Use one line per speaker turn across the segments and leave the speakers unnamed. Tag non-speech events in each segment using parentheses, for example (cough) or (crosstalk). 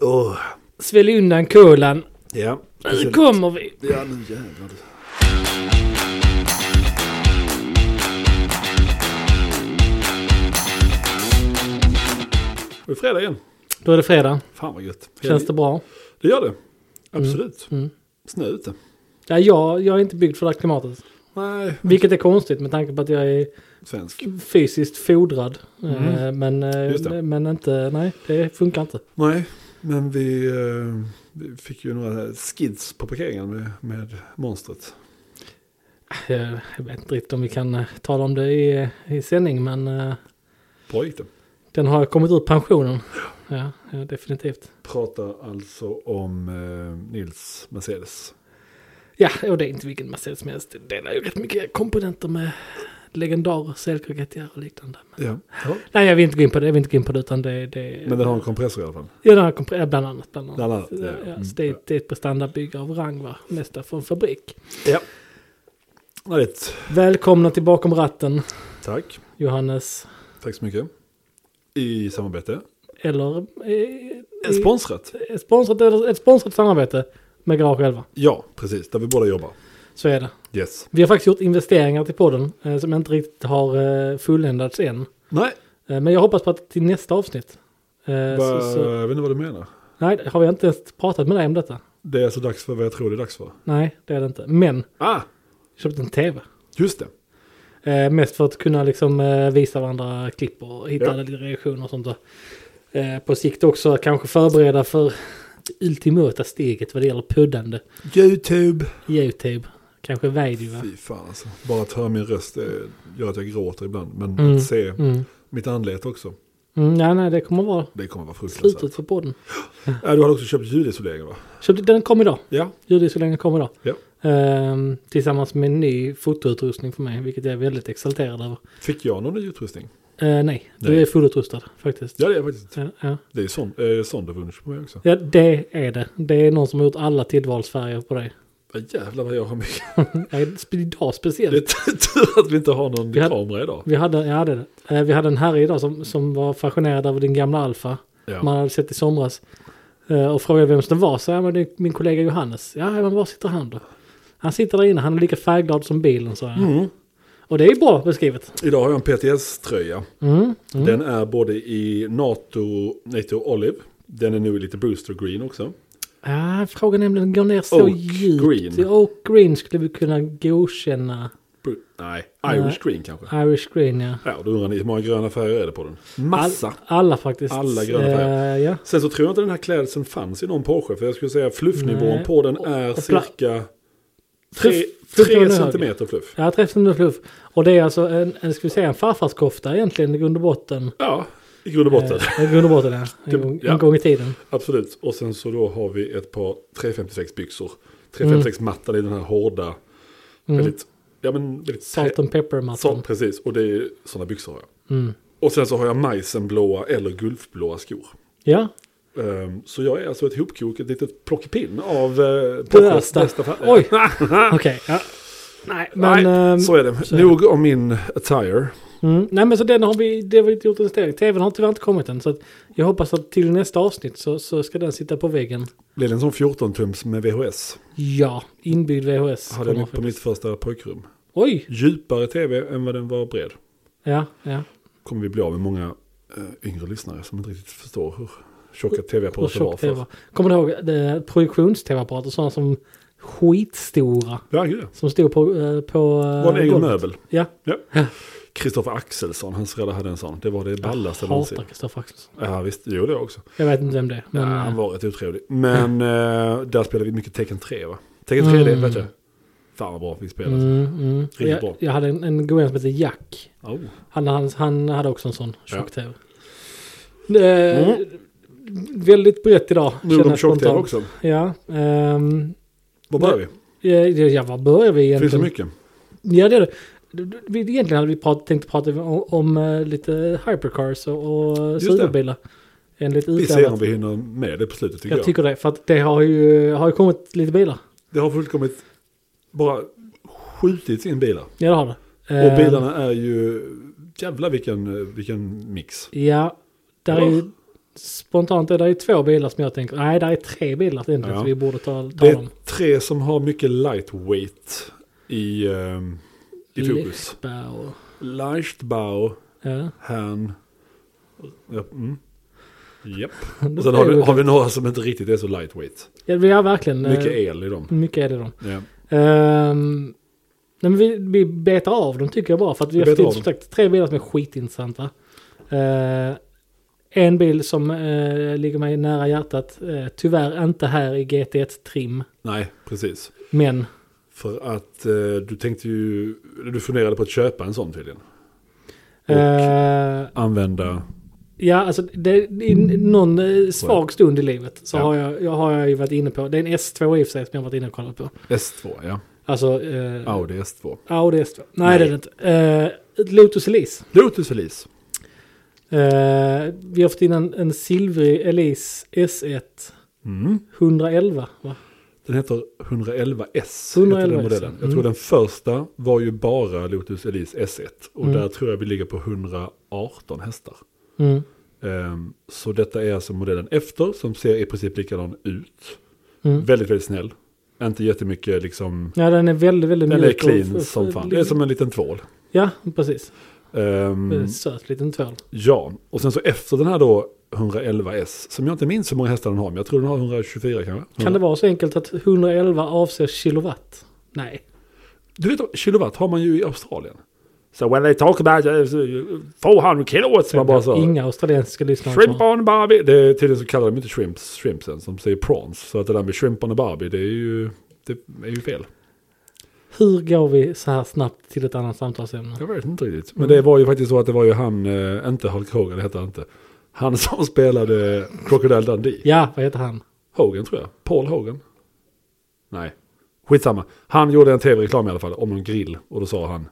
Åh,
Svälj undan kolan.
ja.
Nu kommer vi.
Ja, nu jävlar du. Det är fredag igen.
Då är det fredag.
Fan vad gött.
Känns det bra?
Det gör det. Absolut.
Mm.
Snö ute.
Ja, jag, jag är inte byggd för det här klimatet.
Nej,
Vilket är konstigt med tanke på att jag är
svensk.
Mm. fysiskt fodrad.
Mm.
Eh, Men, eh,
Just det.
men inte, nej, det funkar inte.
Nej, men vi, eh, vi fick ju några skids på parkeringen med, med monstret.
Eh, Jag vet inte riktigt om vi kan eh, tala om det i, i sändning, men eh,
Bra gick det.
den har kommit ur pensionen. Ja, ja, definitivt.
Pratar alltså om eh, Nils Mercedes.
Ja, och det är inte vilken Mercedes som helst. Det delar ju rätt mycket komponenter med legendarer, Selko GTR och liknande.
Ja.
Nej, jag vill inte gå in på det, jag vill inte gå in på det, utan det, det
Men den har en kompressor i alla fall.
Ja, den har kompre- ja, bland annat. Bland annat.
Bland annat,
ja,
ja.
ja.
Mm.
Så det, är, det är ett prestandabygge av rang, va? Nästa från fabrik.
Ja. ja det är ett-
Välkomna till Bakom ratten,
Tack.
Johannes.
Tack så mycket. I samarbete.
Eller... eh,
Eh, Sponsrat.
eh, sponsrat, eller ett sponsrat samarbete med Garage 11.
Ja, precis. Där vi båda jobbar.
Så är det.
Yes.
Vi har faktiskt gjort investeringar till podden eh, som inte riktigt har eh, fulländats än.
Nej,
Eh, men jag hoppas på att till nästa avsnitt. Eh,
va,
så, så,
jag vet inte vad du menar.
nej, har vi inte ens pratat med dig om detta?
Det är alltså dags för vad jag tror det är dags för.
Nej, det är det inte. Men,
Ah,
jag köpte en tv.
just det.
Eh, mest för att kunna liksom, eh, visa varandra klipp och hitta
Ja.
lite reaktioner och sånt där. Eh, på sikt också kanske förbereda för det ultimata steget vad det gäller puddande.
YouTube.
YouTube, kanske video va?
Fy fan alltså. Bara att höra min röst eh, gör att jag gråter ibland. Men
Mm.
att se
Mm.
mitt anlete också.
Mm, nej, nej, det kommer vara
Det kommer vara fruktansvärt.
slutet för podden.
Äh, du har också köpt ljudisolering va?
Så det- den kom idag,
Ja.
ljudisoleringen kom idag.
Ja.
Ehm, tillsammans med en ny fotoutrustning för mig, vilket jag är väldigt exalterad över.
Fick jag någon ny utrustning?
Eh, nej, du
Nej.
är fullutrustad faktiskt.
Ja det är faktiskt.
Ja, ja.
Det är son, eh, Sonderwunsch på mig också.
ja, det är det. Det är någon som har gjort alla tillvalsfärger på dig.
Ja, jävlar vad jag har mycket.
Ja, spe- Idag speciellt.
Det är tur att vi inte har någon
Vi hade-
kamera idag.
Vi hade, ja, det är det. Eh, vi hade en herre idag som, som var fascinerad av din gamla Alfa.
Ja.
Man hade sett i somras. Eh, och frågade vem som var. Så ja, men det är min kollega Johannes. Ja, men var sitter han då? Han sitter där inne. Han är lika färgglad som bilen, sa jag.
Mm.
Och det är ju bra beskrivet.
Idag har jag en PTS-tröja.
Mm, mm.
Den är både i NATO, NATO Olive. Den är nu i lite Brewster Green också.
Ja, frågan är om den går ner så
Oak
djupt.
green.
Oak green skulle vi kunna godkänna.
Bru- Nej,
Nej.
Irish Green kanske.
Irish green, ja.
Ja, då undrar ni hur många gröna färger är det på den? Massa.
Alla faktiskt.
Alla gröna färger.
Eh, ja.
Sen så tror jag inte den här klädseln fanns i någon Porsche. För jag skulle säga fluffnivån
Nej.
på den är
och pla-
cirka
Fluff-
3
fluffnivån är
centimeter fluff.
Ja, träffen med fluff. Och det är alltså en, en, ska vi säga, en farfarskofta egentligen i grund och botten.
Ja, i grund och botten.
Eh, I grund och
(laughs)
botten, ja. En,
Det-
gång-
ja.
en gång i tiden.
Absolut. Och sen så då har vi ett par 356 byxor. 356 mattan i den här hårda,
Mm.
väldigt, ja men väldigt
Salt and pepper-mattan.
Så, precis, och det är sådana byxor har jag.
Mm.
Och sen så har jag majsenblåa eller gulfblåa skor.
Ja,
Ehm, så jag är alltså ett hopkok, ett litet plockepinn av uh,
Bästa.
(laughs)
Oj. okej. ja. Nej, men...
Eh, Nej,
ehm,
så är det.
så är
Nog om min attire.
mm, nej, men så den har vi, det har vi inte gjort en steg. Tvn har tyvärr inte kommit än. Så att jag hoppas att till nästa avsnitt så, så ska den sitta på väggen.
Blev det en sån 14-tums med VHS?
Ja, inbyggd VHS.
Hade jag
kommer
mitt- på
faktiskt.
mitt första pojkrum.
Oj!
Djupare tv än vad den var bred.
Ja, ja.
Kommer vi bli av med många eh, yngre lyssnare som inte riktigt förstår hur tjocka
Och
tv-apparater var
tjockt det
förr.
var. Kommer du ihåg eh, projektions-tv-apparater? Sådana som skitstora.
Ja, gud ja.
Som stod på... eh, på eh,
Var en egen
golvet.
möbel.
Ja.
Kristoffer Axelsson, hans föräldrar hade en sån. Det var
Ah,
det ballaste någonsin.
Hatar Kristoffer Axelsson.
Ja visst, jo det också.
Jag vet inte vem det är. Men,
ja, han
eh,
var rätt otrevlig.
(laughs)
Men eh, där spelade vi mycket Tekken 3 va? Tekken 3 det
Mm.
vet du. Fan vad bra vi spelade.
Mm, mm. Och
Riktigt
jag,
bra.
jag hade en, en god vän som hette Jack.
Oh.
Han, han, han hade också en sån
Ja. Mm.
tjock-tv. Eh, Väldigt brett idag.
Nu
känner
är de
jag
tjock-tv
spontant.
också.
Ja. ehm,
Var börjar vi?
ja, ja, var börjar vi egentligen?
Finns det mycket?
Ja, det är det. Vi- vi- Egentligen hade vi prat, tänkt prata om, om eh, lite hypercars och, och
Just det.
superbilar. Enligt
Vi ser om
utlovat.
vi hinner med det på slutet tycker jag.
Jag tycker det, för att det har ju, har ju kommit lite bilar.
Det har fullkomligt bara skjutits in bilar.
Ja, det har det.
Och
Ehm,
bilarna är ju, jävla vilken, vilken mix.
Ja, där är ju spontant är det ju två bilar som jag tänker, nej det är tre bilar egentligen
Ja.
som vi borde ta, ta
Det är
dem.
tre som har mycket lightweight i, ehm, i fokus.
Lichtbau och-
Leichtbau,
Ja.
Han. Ja, mm. Japp.
Det
Och sen har
är
vi,
ju-
har vi några som inte riktigt är så lightweight.
Ja, vi har verkligen. eh,
Mycket e- el i dem.
Mycket är det dem.
Ja.
Ehm, nej, men vi, vi betar av dem tycker jag bara. För att
Vi
vi har
betar
fått
av
som
dem.
sagt tre bilar som är skitintressanta. Eh, en bil som eh, ligger mig nära hjärtat. eh, tyvärr inte här i GT1-trim.
Nej, precis.
Men
För att eh, du tänkte ju, du funderade på att köpa en sån tydligen. Och-
eh,
Använda,
ja, alltså det, i n- någon eh, svag stund i livet så
Mm. Ja.
har, jag, jag, har jag ju varit inne på. Det är en S2 i och för sig som jag har varit inne och kollat på.
S2 ja.
Alltså, eh,
Audi S2.
Audi S2. Nej,
Nej.
det är det inte. Eh, ett Lotus Elise.
Lotus Elise.
Eh, vi har fått in en, en silvrig Elise S1
Mm.
111. Va?
Den heter 111S.
111S,
heter den modellen.
ja.
Jag
Mm.
tror den första var ju bara Lotus Elise S1. Och
Mm.
där tror jag vi ligger på 118 hästar.
Mm.
Ehm, så detta är alltså modellen efter som ser i princip likadan ut.
Mm.
Väldigt, väldigt snäll. Inte jättemycket liksom.
Ja, den är väldigt, väldigt
Den är
mjuk och-
clean
och-
som fan.
och-
Det är som en liten tvål.
Ja, precis.
Ehm,
Mm. Söt liten tvål.
ja, och sen så efter den här då 111S. Som jag inte minns hur många hästar den har. Men jag tror den har 124 kanske.
Kan det vara så enkelt att 111 avser kilowatt? Nej.
Du vet, kilowatt har man ju i Australien. So when they talk about uh, 400 kilowatts. Man bara så.
Inga australiensiska lyssnare.
Shrimp
som har-
on Barbie. Det är tydligen så kallar de inte shrimps, shrimpsen som säger prawns. Så att det där med shrimp on a Barbie det är ju, det är ju fel.
Hur går vi så här snabbt till ett annat samtalsämne?
Jag vet inte riktigt. Men
Mm.
det var ju faktiskt så att det var ju han, eh, inte Hulk Hogan, det hette han inte. Han (laughs) som spelade Crocodile Dundee.
Ja, vad heter han?
Hogan tror jag. Paul Hogan. Nej, skitsamma. Han gjorde en tv-reklam i alla fall om en grill. Och då sa han.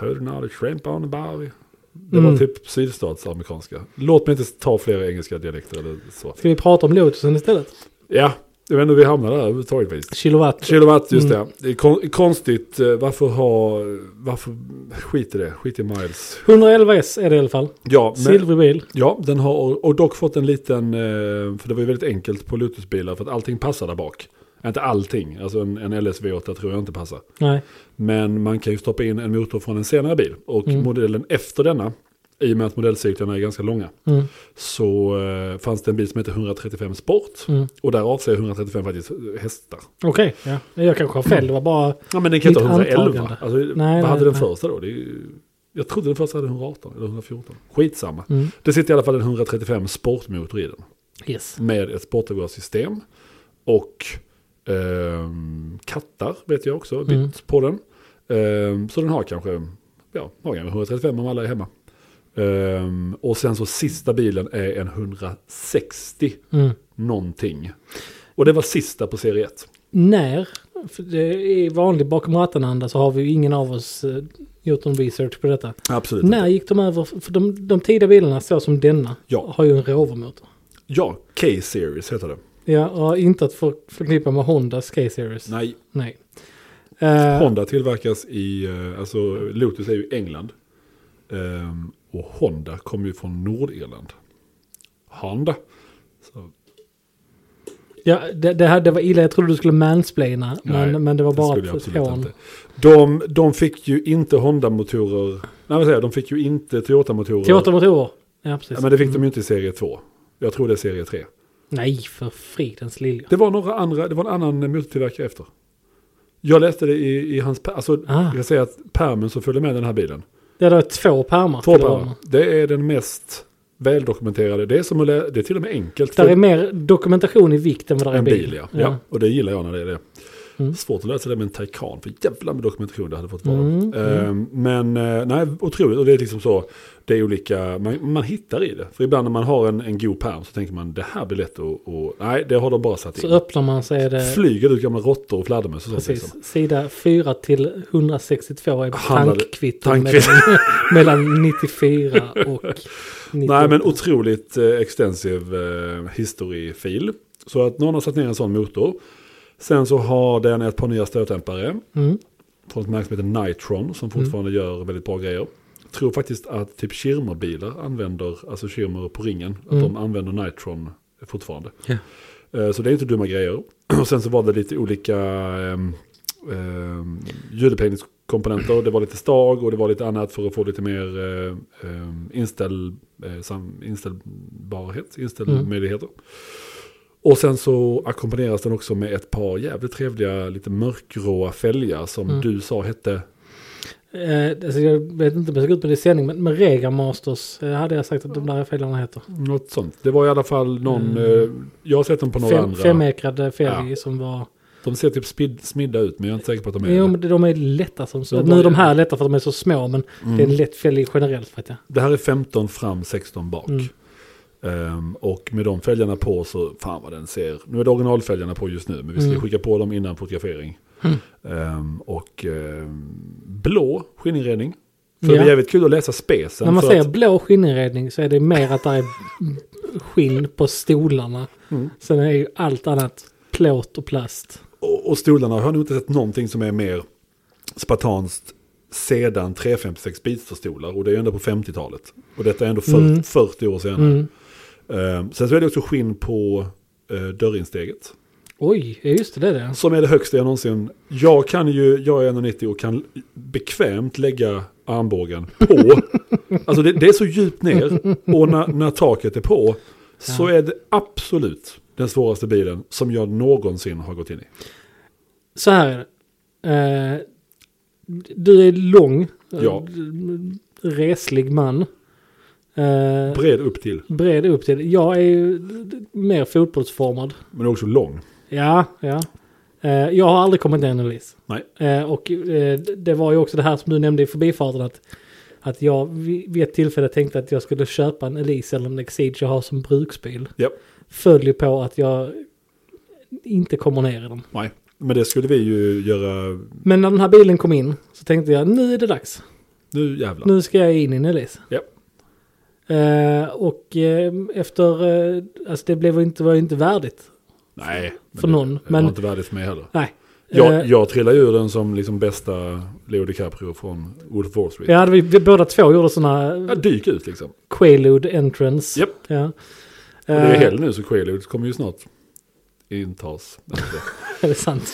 Put another shrimp on a Barbie. Det
Mm.
var typ sydstatsamerikanska. Låt mig inte ta flera engelska dialekter eller så.
Ska vi prata om Lotusen istället?
Ja, jag vet inte hur vi hamnar där överhuvudtaget. visst.
Kilowatt.
Kilowatt, just
Mm.
det. det. är kon- Konstigt, eh, varför ha... Varför... Skit i det, skit i miles.
111 S är det i alla fall.
Ja, men,
Silvrig bil.
ja den har och och dock fått en liten... eh, För det var ju väldigt enkelt på Lotusbilar för att allting passar där bak. Inte allting, alltså en, en LSV8 tror jag inte passar.
Nej.
Men man kan ju stoppa in en motor från en senare bil. Och
Mm.
modellen efter denna, i och med att modellcyklarna är ganska långa,
Mm.
så eh, fanns det en bil som heter 135 Sport.
Mm.
Och där avser 135 faktiskt eh, hästar.
Okej, ja. jag kanske har fel. Det var bara...
Ja men den kan
Mitt
inte ha 111.
antagande.
Alltså,
nej,
vad hade den
nej.
första då? Det är ju, jag trodde den första hade 118 eller 114. Skitsamma.
Mm.
Det sitter i alla fall en 135 sportmotor i den.
Yes.
Med ett sportövergångssystem. Och ehm, kattar vet jag också. Bytt
Mm.
på den. Ehm, så den har kanske ja, har kanske 135 om alla är hemma. Ehm, och sen så sista bilen är en 160
Mm.
någonting. Och det var sista på serie 1.
När, för det är vanligt bakom rattenanda så har vi ju ingen av oss eh, gjort någon research på detta.
Absolut.
När gick de över, för de, de tidiga bilarna så som denna
Ja.
har ju en rovermotor.
Ja, K-series heter det.
Ja, och inte att för, förknippa med Hondas K-series.
Nej,
Nej. Eh,
Honda tillverkas i, eh, alltså Lotus är ju England. Ehm, och Honda kommer ju från Nordirland. Honda. Så,
ja, det, det, här, det var illa, jag trodde du skulle mansplaina.
nej,
men, men det var
skulle jag
bara
absolut
från...
inte. De, de fick ju inte Honda-motorer, nej vad säger jag, de fick ju inte Toyota-motorer.
Toyota-motorer. Ja, precis.
Ja, men det fick de ju inte i serie 2. Jag tror det är serie 3.
Nej, för fridens lilja.
Det var några andra, det var en annan motortillverkare efter. Jag läste det i, i hans, per- alltså
Ah.
jag säger att pärmen som följde med den här bilen.
Det är då två pärmar.
Två
till
pärmar.
roverna.
Det är den mest väldokumenterade. Det är, som att lä- det är till och med enkelt.
Där
för
är mer dokumentation i vikt än vad där är
en
bil.
bil, ja. ja. Och det gillar jag när det är det.
Mm.
Svårt att lära sig det med en Taycan. För jävla med dokumentation det hade fått vara.
Mm,
Ehm, men eh, nej, otroligt. Och det är liksom så. Det är olika, man, man hittar i det. För ibland när man har en, en god pärm så tänker man det här blir lätt att... Och, nej, det har de bara satt
Så
in.
öppnar man så är det
Flyger ut gamla råttor och fladdermöss och sånt. Liksom.
precis, sida 4 till 162 är
Handlade-
tankkvitton
Tanken.
mellan, (laughs) mellan 94
(laughs)
och 98.
Nej men otroligt eh, extensiv eh, historiefil. Så att någon har satt ner en sån motor. Sen så har den ett par nya stötdämpare.
Mm.
Från ett märke som heter Nitron som fortfarande gör väldigt bra grejer. tror faktiskt att typ Schirmerbilar använder, alltså Schirmer på ringen, att
Mm.
de använder Nitron fortfarande.
Ja.
Eh, Så det är inte dumma grejer. (clears throat) Och sen så var det lite olika ehm, ehm, ljudupphängningskomponenter. Det var lite stag och det var lite annat för att få lite mer eh, ehm, inställ, eh, sam, inställbarhet, inställmöjligheter.
Mm.
Och sen så ackompanjeras den också med ett par jävligt trevliga, lite mörkgråa fälgar som
Mm.
du sa hette...
Eh, alltså jag vet inte om jag såg ut med det i sändning, men, men Rega Masters eh, hade jag sagt att de där fälgarna heter.
Något sånt. Det var i alla fall någon,
Mm.
eh, jag har sett dem på några
Fem,
andra.
femekrade fälg
Ja.
som var...
De ser typ spid, smidda ut men jag är inte säker på att de är
Jo,
det.
men de är lätta som så.
De
nu
var-
är de här lätta för att de är så små, men
Mm.
det är en lätt fälg generellt vet jag.
Det här är 15 fram, 16 bak.
Mm.
Ehm, och med de fälgarna på så, fan vad den ser. Nu är det originalfälgarna på just nu, men vi ska
Mm.
skicka på dem innan fotografering. Ehm, och ehm, blå skinninredning. För det
Ja.
är jävligt kul att läsa spesen.
När man
för
säger
att,
blå skinninredning så är det mer att det är skinn på stolarna.
Mm.
Sen är ju allt annat plåt och plast.
och, och stolarna har jag nog inte sett någonting som är mer spartanskt sedan 356 bitstolar och det är ju ändå på 50-talet. Och detta är ändå 40,
Mm.
40 år senare.
Mm.
Ehm, sen så är det också skinn på eh, dörrinsteget.
Oj, ja, just det, det är det.
Som är det högsta jag någonsin. Jag kan ju, jag är 1,90 och kan bekvämt lägga armbågen
(laughs)
på. alltså det, det är så djupt ner och när, när taket är på så är det absolut den svåraste bilen som jag någonsin har gått in i.
Så här är det. Eh, du är lång.
Ja.
Reslig man. Eh,
Bred upp till,
bred upp till. Jag är ju mer fotbollsformad.
men också lång.
Ja, ja. Eh, jag har aldrig kommit ner Elise.
Nej.
Eh, och eh, d- det var ju också det här som du nämnde i förbifarten att, att jag vid vid ett tillfälle tänkte att jag skulle köpa en Elise eller en Exige jag har som bruksbil.
Ja,
Följer ju på att jag inte kommer ner i dem.
nej. Men det skulle vi ju göra,
Men när den här bilen kom in så tänkte jag nu är det dags.
nu jävlar.
Nu ska jag in i en Elise.
Ja.
Eh, och eh, efter, eh, alltså det blev ju inte, var ju inte värdigt.
Nej, men
För
det,
någon,
det var
men-
inte värdigt för mig heller.
Nej.
Jag,
Eh,
jag trillade ur den som liksom bästa Leo DiCaprio från Wolf of Wall Street.
Ja, vi, vi båda två gjorde sådana
Jag dyker ut liksom.
Quaalude entrance.
Japp.
Ja. Eh, Och
Och det är helg nu så Quaaludes kommer ju snart intas. Alltså,
Är (laughs) det sant?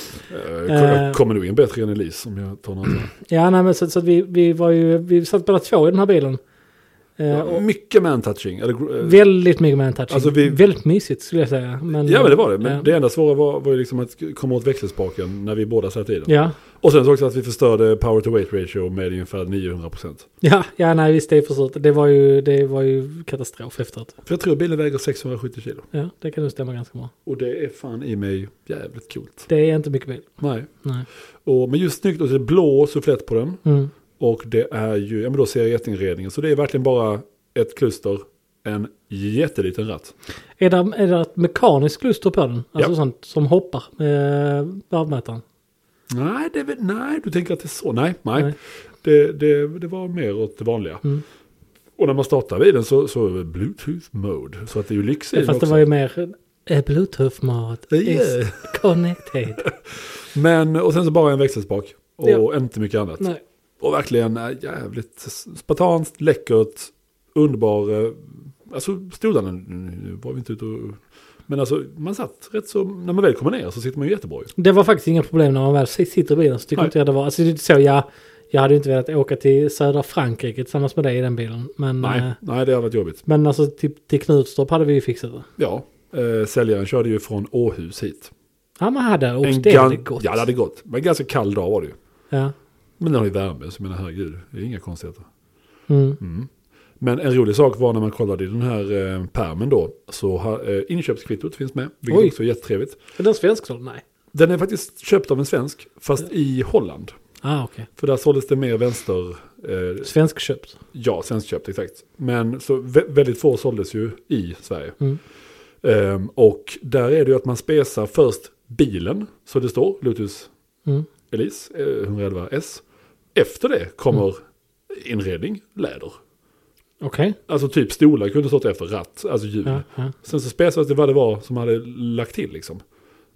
Eh, Jag kommer nog in bättre än Elise om jag tar någon annan.
Ja, nej, men så, så att vi, vi var ju, vi satt båda två i den här bilen. Eh, och
Mycket man-touching. eller, eh,
väldigt mycket man-touching.
Alltså, vi-
Väldigt mysigt skulle jag säga. Men,
Ja men det var det. Men
ja.
det enda svåra var, var ju liksom att komma åt växelspaken när vi båda satt i den.
Ja.
Och sen så också att vi förstörde power to weight ratio med ungefär 900%.
Ja, ja, nej visst det är försurt. Det var ju, det var ju katastrof efteråt.
För jag tror bilen väger 670 kilo.
Ja, det kan nog stämma ganska bra.
Och det är fan i mig jävligt coolt.
Det är inte mycket bil.
Nej.
Nej.
Och, men just snyggt och det är blå sufflett på den.
Mm.
Och det är ju, ja men då ser jag jätteinredningen. Så det är verkligen bara ett kluster, en jätteliten ratt.
Är det, är det ett mekaniskt kluster på den? Alltså
Ja.
sånt som hoppar med varvmätaren?
Nej, det, är väl- nej, du tänker att det är så. Nej, nej.
Nej.
Det, det, det var mer åt det vanliga.
Mm.
Och när man startar bilen så, så är det bluetooth mode. Så att det är ju lyx i
Ja,
den
fast det
också.
var ju mer eh, bluetooth-mat.
Yeah.
Is connected.
(laughs) Men, och sen så bara en växelspak. Och
Ja.
inte mycket annat.
Nej.
Och verkligen äh, jävligt spartanskt, läckert, underbar. eh, Alltså stolarna, nu var vi inte ute och... Men alltså man satt rätt så, när man väl kommer ner så sitter man ju jättebra ju.
Det var faktiskt inga problem när man väl sitter i bilen. Så tycker
Nej.
inte jag det var. Alltså, det är så jag, jag hade ju inte velat åka till södra Frankrike tillsammans med dig i den bilen. Men, eh,
Nej, nej det har varit jobbigt.
men alltså till, till Knutstorp hade vi ju fixat det.
Ja, eh, säljaren körde ju från Åhus hit.
Ja man hade åkt.
En
det
gan-
hade gått.
Ja, det hade gått. Men en ganska kall dag var det ju.
Ja.
Men den har ju värme, så jag menar herregud, det är inga konstigheter.
Mm.
Men en rolig sak var när man kollade i den här eh, pärmen då, så ha, eh, inköpskvittot finns med, vilket
Oj.
också är jättetrevligt.
Är den svensk då? Nej.
Den är faktiskt köpt av en svensk, fast i Holland.
Ah okej.
För där såldes det mer vänster, eh,
Svenskköpt.
ja, svenskköpt exakt. Men så vä- väldigt få såldes ju i Sverige.
Mm.
Ehm, och där är det ju att man spesar först bilen, så det står Lotus
Mm.
Elise eh, 111S. Efter det kommer inredning, läder.
Okej.
Alltså typ stolar kunde stått efter, ratt, alltså hjul.
Ja, ja.
Sen så spesades det vad det var som hade lagt till liksom.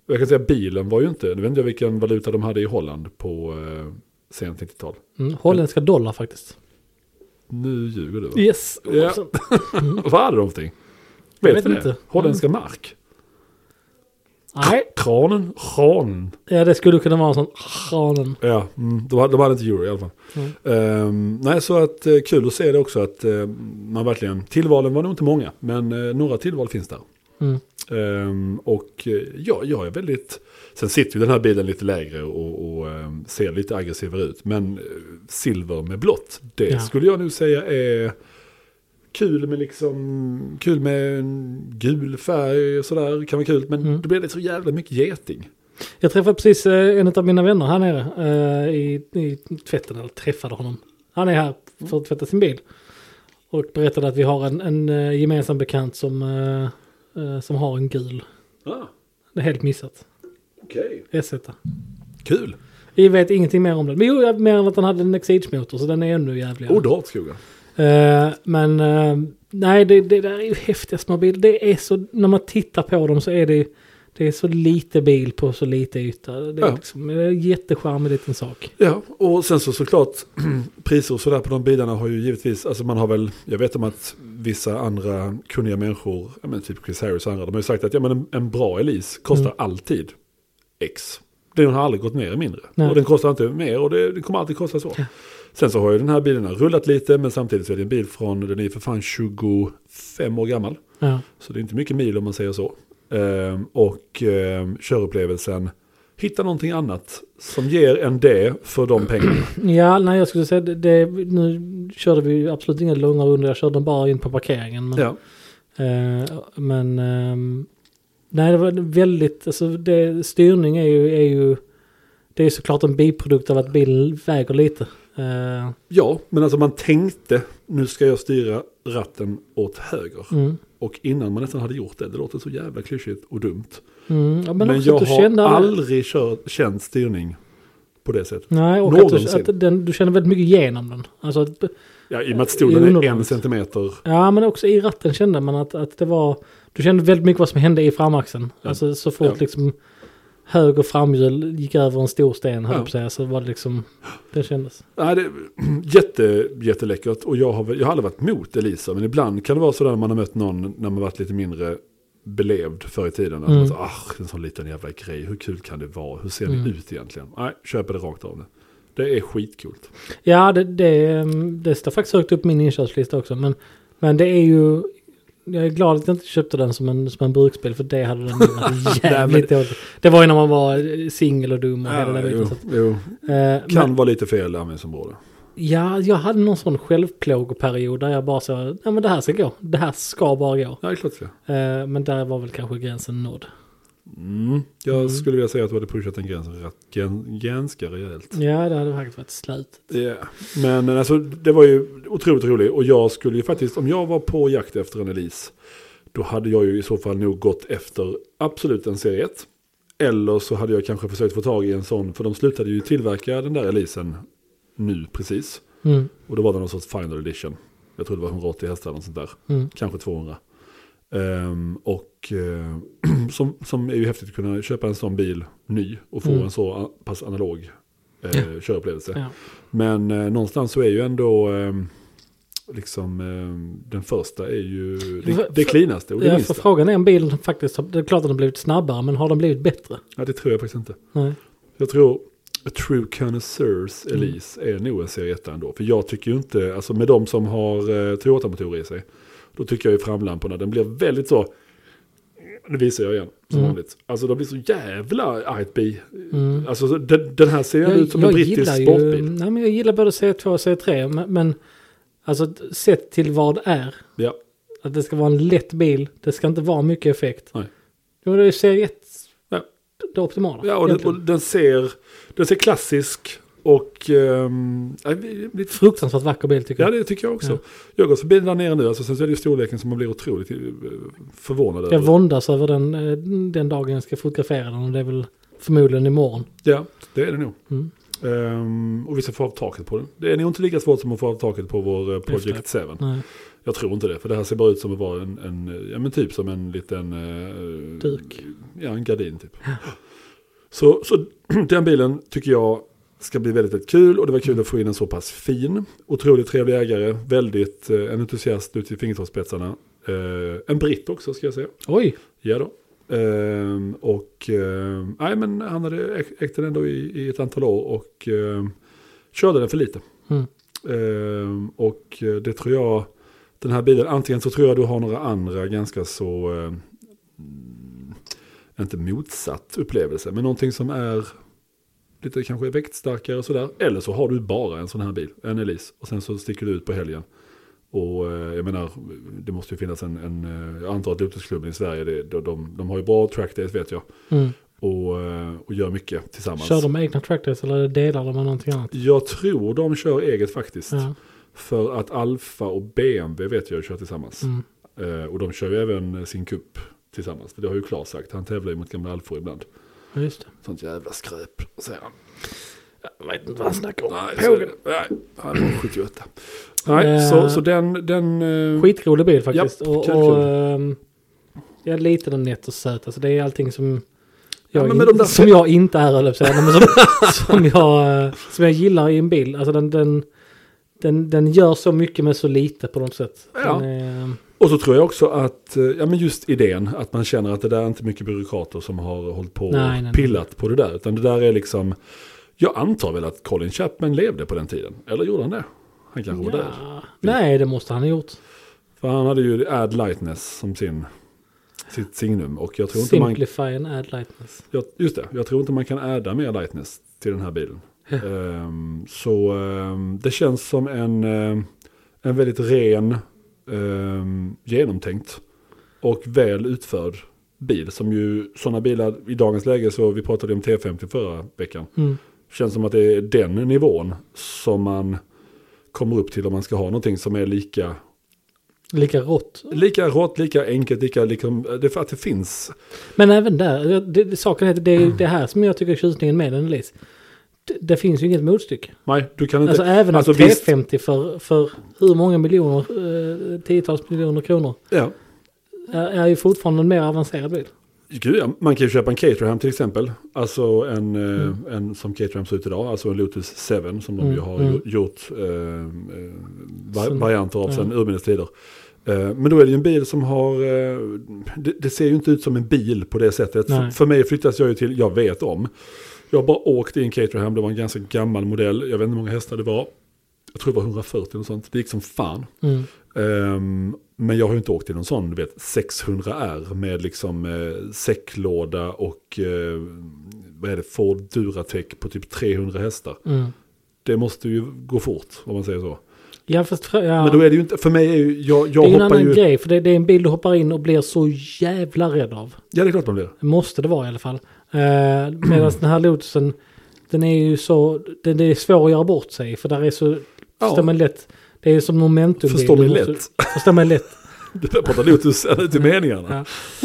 Och Jag kan säga bilen var ju inte, nu vet inte jag vilken valuta de hade i Holland på eh, sent 90-tal.
Mm. Holländska dollar faktiskt.
Nu ljuger du va?
Yes.
Ja. Vad är det de för någonting?
Jag
Vet, Mm.
vet
vi det?
inte.
Holländska mark.
Nej,
Kranen. Kranen.
ja, det skulle kunna vara en sån hanen.
Ja, mm, de, hade, de hade inte euro i alla fall.
Mm.
Ehm, nej, så att eh, kul att se det också att eh, man verkligen, tillvalen var nog inte många, men eh, några tillval finns där.
Mm.
Ehm, och eh, ja, jag är väldigt, sen sitter ju den här bilen lite lägre och, och ehm, ser lite aggressivare ut, men eh, silver med blått, det
Ja.
skulle jag nu säga är kul med liksom, kul med en gul färg och sådär, kan vara kul, men
Mm.
det blev lite så jävla mycket geting.
Jag träffade precis eh, en av mina vänner här nere eh, i, i tvätten, eller träffade honom. Han är här för att tvätta sin bil. Och berättade att vi har en, en eh, gemensam bekant som, eh, eh, som har en gul.
Ah,
Det är helt missat.
Okej,
S1.
kul.
Vi vet ingenting mer om den. Men jo, jag- mer än att den hade en X-Age-motor så den är ännu jävligare.
Och Dartskogen.
Eh, men eh, nej, det, det där är ju häftiga små bilar. Det är så, när man tittar på dem så är det, det är så lite bil på så lite yta. Det är
Ja.
liksom en jättecharmig liten sak.
Ja, och sen så såklart (clears throat) priser och sådär på de bilarna har ju givetvis, alltså man har väl, jag vet om att vissa andra kunniga människor, ja, men typ Chris Harris och andra, de har ju sagt att ja, men en, en bra Elise kostar
Mm.
alltid X. Den har aldrig gått ner i mindre.
Nej.
Och den kostar inte mer och det, den kommer alltid kosta så.
Ja.
Sen så har ju den här bilen rullat lite, men samtidigt så är det en bil från, den är ju för fan 25 år gammal.
Ja.
Så det är inte mycket mil om man säger så. Ehm, och ehm, körupplevelsen, hitta någonting annat som ger en det för de
Mm.
pengarna.
Ja, nej jag skulle säga det, det, nu körde vi ju absolut inga långa rundor, jag körde bara in på parkeringen. Men,
Ja.
eh, men ehm, nej det var väldigt, alltså det, styrning är ju, är ju, det är ju såklart en biprodukt av att bilen väger lite. Eh,
ja, men alltså man tänkte nu ska jag styra ratten åt höger.
mm,
Och innan man nästan hade gjort det, det låter så jävla klyschigt och dumt.
mm, ja, men,
Men,
också
jag
att
har
du kände
aldrig kört, känt styrning på det sättet.
Nej, och att du,
någonsin.
att den, du känner väldigt mycket igenom den. Alltså, att-
Ja, I och med att
Det är
stolen är en
onormalt.
centimeter.
ja, men också i ratten kände man att, att det var... Du kände väldigt mycket vad som hände i framaxeln.
Ja.
Alltså så fort
Ja.
liksom höger framhjul gick över en stor sten, höll
Ja.
jag på att säga, så var det liksom... Det kändes.
Nej, det (clears throat) är jätte, jätteläckert. Och jag har, väl- jag har aldrig varit mot Elisa, men ibland kan det vara sådär när man har mött någon när man varit lite mindre belevd förr i tiden. Att
Mm.
man så, ah, en sån liten jävla grej, hur kul kan det vara? Hur ser det
Mm.
ut egentligen? Nej, köper det rakt av det. Det är skitcoolt.
Ja, det, det, ehm, det står faktiskt högt upp på min inköpslista också, men, men det är ju... Jag är glad att jag inte köpte den som en, som en brukspel för det hade
(laughs)
den varit jävligt dåligt. Det var ju när man var eh, singel och dum och hela den biten.
jo,
så att,
jo.
eh,
Kan
men-
vara lite fel användningsområde.
Ja, jag hade någon sån självplågoperiod där jag bara sa, nej men det här ska gå, det här ska bara gå.
Nej, klart det ska.
Eh, men där var väl kanske gränsen nådd.
Mm. Jag
Mm.
skulle vilja säga att du hade pushat den gränsen rätt, gän- ganska rejält.
Ja, det hade faktiskt varit slut.
Ja, Men alltså, det var ju otroligt roligt. Och jag skulle ju faktiskt, om jag var på jakt efter en Elise, då hade jag ju i så fall nog gått efter absolut en serie 1. Eller så hade jag kanske försökt få tag i en sån, för de slutade ju tillverka den där Elisen nu precis.
Mm,
Och då var det någon sorts final edition. Jag tror det var 180 hästar eller något sånt där.
mm.
Kanske 200. Ehm, och eh, (clears throat) som, som är ju häftigt att kunna köpa en sån bil ny och få
Mm.
en så a- pass analog eh, körupplevelse.
Ja.
Men eh, någonstans så är ju ändå eh, liksom eh, den första är ju det,
För-
det cleanaste och det
Ja, för
minsta.
frågan är om bilen faktiskt, har- det är klart att den har blivit snabbare, men har den blivit bättre?
Ja, det tror jag faktiskt inte.
Nej.
Jag tror A True Connoisseurs
Mm.
Elise är nog en serie 1 ändå. För jag tycker ju inte, alltså med de som har eh, Toyota-motorer i sig, då tycker jag ju framlamporna, den blir väldigt så, nu visar jag igen, som
Mm.
vanligt. Alltså de blir så jävla argt bi.
Mm.
Alltså så den, den här ser ut som en brittisk
ju-
sportbil.
nej, men jag gillar både C2 och C3, men, men alltså sett till vad det är,
Ja,
att det ska vara en lätt bil, det ska inte vara mycket effekt.
Nej.
Jo, det är serie 1
Ja.
det optimala.
ja och, den,
egentligen.
och den, ser, den ser klassisk och ehm, ja, lite
Fruktansvärt vacker bil tycker
Ja,
jag.
det tycker jag också.
Ja.
Jag går förbi den där nere nu, alltså, sen så är det ju storleken som man blir otroligt eh, förvånad över.
Jag våndas över den, eh, den dagen jag ska fotografera den och det är väl förmodligen imorgon.
Ja, det är det nog.
Mm.
Ehm, och vi ska få av taket på den. Det är nog inte lika svårt som att få av taket på vår eh,
Efter.
Project 7.
Nej.
Jag tror inte det, för det här ser bara ut som att vara en, en eh, ja men typ som en liten... eh,
Duk.
(clears throat) Ja, en gardin typ. Så, så den bilen tycker jag Ska bli väldigt, väldigt kul och det var kul att få in en så pass fin, otroligt trevlig ägare, väldigt eh, en entusiast ut i fingertoppsspetsarna. Eh, en britt också ska jag säga.
Oj,
Ja då. Ehm, och eh, nej, men han hade äk- ägt den ändå i, i ett antal år och eh, körde den för lite.
Mm.
Ehm, och eh, det tror jag, den här bilen, antingen så tror jag du har några andra ganska så, eh, mm, inte motsatt upplevelse, men någonting som är lite kanske växtstarkare och sådär. Eller så har du bara en sån här bil, en Elise, och sen så sticker du ut på helgen. Och eh, jag menar, det måste ju finnas en, en eh, jag antar att Lotusklubben i Sverige, det, de, de, de har ju bra trackdays vet jag.
mm.
Och, eh, och gör mycket tillsammans.
kör de egna trackdays eller delar de med någonting annat?
Jag tror de kör eget faktiskt.
Ja.
För att Alfa och BMW vet jag kör tillsammans.
Mm.
Eh, och de kör ju även eh, sin cup tillsammans. För det har ju Klas sagt, han tävlar ju mot gamla Alfor ibland.
Ja, just det.
Sånt jävla skräp, säger han.
Jag vet inte vad han snackar om.
Nej, så,
Pågen.
nej han är 78. Nej,
Eh,
så, så den... den eh,
Skitrolig bil faktiskt.
Japp,
och,
kul,
och,
kul.
ehm, jag är lite den nätt och söt. Alltså, det är allting som jag,
men med de där-
som jag inte är, höll jag på att säga. Nej, men som, som, (laughs) jag, eh, som jag gillar i en bil. Alltså, den, den, den, den gör så mycket med så lite på något sätt.
Ja.
Den är, ehm,
Och så tror jag också att, eh, ja men just idén, att man känner att det där är inte mycket byråkrater som har hållit på och
Nej, nej, nej.
pillat på det där. Utan det där är liksom, jag antar väl att Colin Chapman levde på den tiden. Eller gjorde han det? Han kanske var död.
ja. Nej, det måste han ha gjort.
För han hade ju Add Lightness som sin, sitt signum. Och jag tror inte man,
Simplify and add lightness.
jag, just det, jag tror inte man kan adda mer lightness till den här bilen. Ehm, så ehm, det känns som en, ehm, en väldigt ren, ehm, genomtänkt och väl utförd bil. Som ju sådana bilar i dagens läge, så vi pratade om T50 förra veckan.
Mm.
Känns som att det är den nivån som man kommer upp till om man ska ha någonting som är lika
Lika rått.
Lika rått, lika enkelt, lika liksom, det är för att det finns.
Men även där, det, det, saken är att det är
Mm.
ju det här som jag tycker är tjusningen med en Elise. Det, det finns ju inget motstycke.
Nej, du kan inte.
Alltså även
alltså,
att
visst-
T50 för, för hur många miljoner, eh, tiotals miljoner kronor,
Ja.
är, är ju fortfarande en mer avancerad bil.
Gud, ja. Man kan ju köpa en Caterham till exempel. Alltså en, eh, en som Caterham ser ut idag, alltså en Lotus 7 som de
Mm,
ju har
mm.
gjo- gjort eh, eh, va-
Sen-
varianter av
ja.
sedan urminnes tider. Eh, men då är det ju en bil som har, eh, det, det ser ju inte ut som en bil på det sättet.
Nej.
För, för mig flyttas jag ju till, jag vet om. Jag har bara åkt i en Caterham, det var en ganska gammal modell, jag vet inte hur många hästar det var. Jag tror det var 140 och sånt, det gick som fan.
Mm.
Ehm, men jag har ju inte åkt i någon sån, du vet, 600R med liksom eh, säcklåda och eh, vad är det, Ford Duratec på typ 300 hästar.
Mm.
Det måste ju gå fort, om man säger så.
Ja, fast, frö- ja,
Men då är det ju inte, för mig är ju, jag,
det
jag
är ju en
hoppar
annan
ju...
grej, för det, det är en bil du hoppar in och blir så jävla rädd av.
Ja, det är klart man blir.
Måste det vara i alla fall. Eh, Medan den här Lotusen, den är ju så, den, det är svår att göra bort sig för där är så,
Ja.
förstår man lätt, det är som momentum.
Förstår mig lätt. (laughs)
Förstår mig lätt.
Du börjar prata Lotus, eller till meningarna.
Ja. (laughs)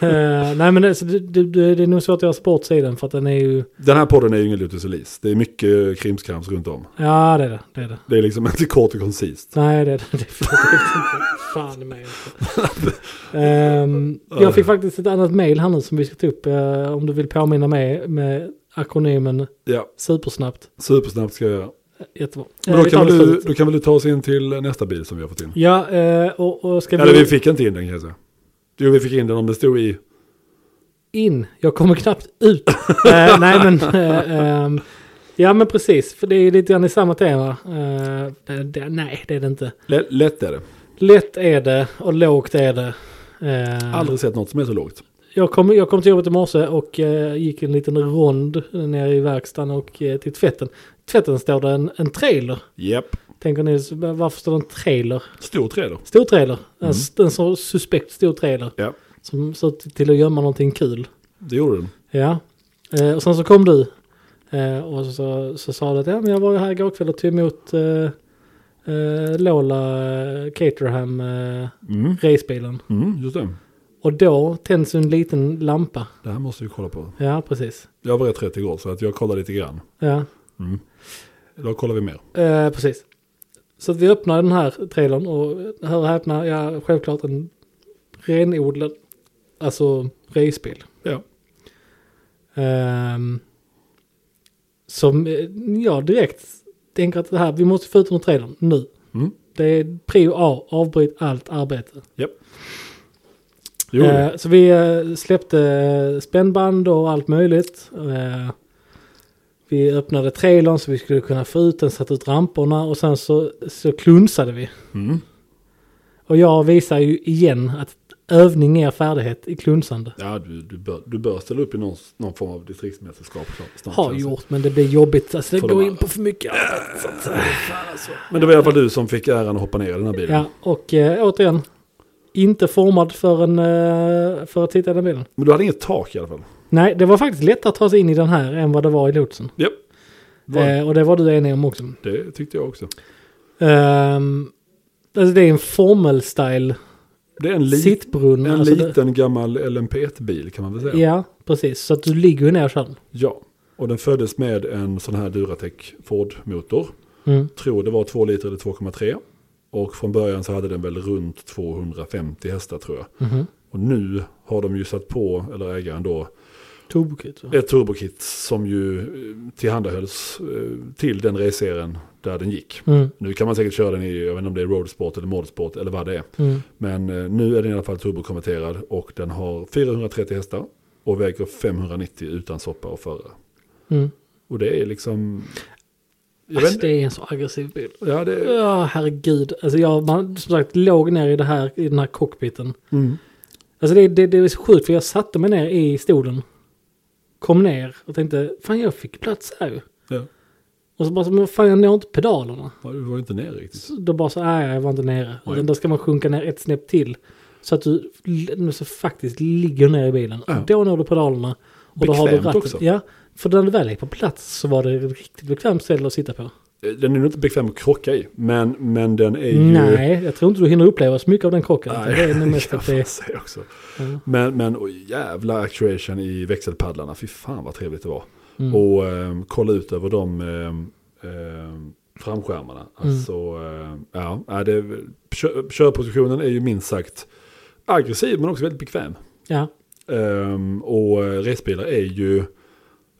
Eh, nej men alltså, det, det, det, det är nog svårt att göra så bort sig i den för att den är ju,
Den här podden är ju ingen Lotus Elise. Det är mycket krimskrams runt om.
ja det är det. det, är det.
Det är liksom (laughs) inte kort och koncist.
Nej det är det definitivt inte. (laughs) Fan i mig inte. Ehm, jag fick faktiskt ett annat mail här nu som vi ska ta upp eh, om du vill påminna mig med akronymen
Ja,
supersnabbt.
supersnabbt ska jag göra.
Jättebra.
Men
Eh,
då
vi
kan,
tar
väl
det
du,
slut.
då kan väl du ta oss in till nästa bil som vi har fått in.
Ja, eh, och, och ska
Eller
vi
vi fick inte in den kan jag säga. Jo, vi fick in den om det stod i.
in? Jag kommer knappt ut. Eh, nej, men... eh, ehm, ja, men precis. För det är lite grann i samma tema. Eh, det, det, nej, det är det inte.
L- lätt är det.
Lätt är det och lågt är det. Eh,
Aldrig sett något som är så lågt.
Jag kom, jag kom till jobbet i morse och eh, gick en liten rond nere i verkstaden och eh, till tvätten. I Tvätten står det en, en trailer.
Japp.
Tänker ni, så- varför står det en trailer?
Stor träder.
Stor trailer. En, s- en så suspekt stor trailer.
Mm. Ja,
Som ser ut till att gömma någonting kul.
det gjorde den.
Ja, eh, och sen så kom du. Eh, och så, så, sa du att ja, men jag var ju här igår kväll och tog emot eh, eh, Lola eh, Caterham eh,
Mm.
racebilen.
Mm, just det.
Och då tänds en liten lampa.
Det här måste vi kolla på.
Ja, precis.
Jag var rätt trött igår så att jag kollade lite grann.
Ja,
Då kollar vi mer.
eh, precis. Så att vi öppnar den här trailern och hör och häpna, ja självklart en renodlad, alltså racebil.
Ja.
Ehm, Som eh, jag direkt tänker att det här, vi måste få ut den ur trailern nu.
Mm.
Det är prio A, avbryt allt arbete.
Jo,
Eh, så vi eh, släppte spännband och allt möjligt. Eh, vi öppnade trailern så vi skulle kunna få ut den, satte ut ramperna och sen så, så klunsade vi.
mm.
Och jag visar ju igen att övning är färdighet i klunsande.
ja, du, du, bör, du bör ställa upp i någon, någon form av distriktsmästerskap snart. snart,
Har
känns det.
gjort men det blir jobbigt. Alltså det
För de
går
alla.
in på för mycket. arbete, så att säga.
Men det var i alla fall du som fick äran att hoppa ner i den här bilen.
Ja, och eh, återigen. Inte formad för, en, eh, för att sitta i den bilen.
Men du hade inget tak i alla fall.
Nej, det var faktiskt lättare att ta sig in i den här än vad det var i lotsen.
Japp. Var-
Eh, och det var du enig om också.
Det tyckte jag också.
Ehm, alltså det är en formel-style
Det är en, li-
sittbrunn.
en
alltså det-
liten gammal LMP1-bil kan man väl säga.
Ja, precis. Så att du ligger ju ner och kör den.
Ja, och den föddes med en sån här Duratec Ford-motor.
Mm.
Tror det var 2 liter eller 2,3. Och från början så hade den väl runt 250 hästar tror jag.
Mhm.
Och nu har de ju satt på, eller ägaren då,
Turbokit, va?
ett turbokit som ju eh, tillhandahölls eh, till den racerien där den gick.
Mm,
Nu kan man säkert köra den i, jag vet inte om det är roadsport eller motorsport eller vad det är.
mm,
Men eh, nu är den i alla fall turbokonverterad och den har 430 hästar och väger 590 utan soppa och förare.
mm.
Och det är liksom... Jag vet
Alltså,
inte.
det är en så aggressiv bil.
Ja, det...
Ja, herregud. Alltså jag, man, som sagt, låg ner i, det här, i den här cockpiten.
Mm.
Alltså det, det, det är så sjukt för jag satte mig ner i stolen. Kom ner och tänkte, fan jag fick plats här ju.
Ja.
Och så bara, så, men fan jag når inte pedalerna.
Ja, Du var ju inte ner riktigt.
Så Då bara så, nej jag var inte nere.
Oj.
Utan då ska man sjunka ner ett snäpp till. Så att du l- så faktiskt ligger ner i bilen.
Ja.
Då når du pedalerna. Och då har du
Bekvämt
ratten.
också.
Ja, för när du väl är på plats så var det ett riktigt bekvämt ställe att sitta på.
Eh, Den är nog inte bekväm att krocka i, men, men den är ju...
Nej, jag tror inte du hinner uppleva så mycket av den krocken. utan
Nej,
Det är nog
det (laughs)
mest
kan
att
jag
det
fan
är...
säga också.
Ja.
Men, men och jävla actuation i växelpaddlarna. Fy fan vad trevligt det var.
Mm.
Och eh, kolla ut över de eh, eh, framskärmarna.
Mm.
Alltså, eh, ja, ja, det, kö, körpositionen är ju minst sagt aggressiv men också väldigt bekväm.
Ja,
Ehm, och eh, racebilar är ju,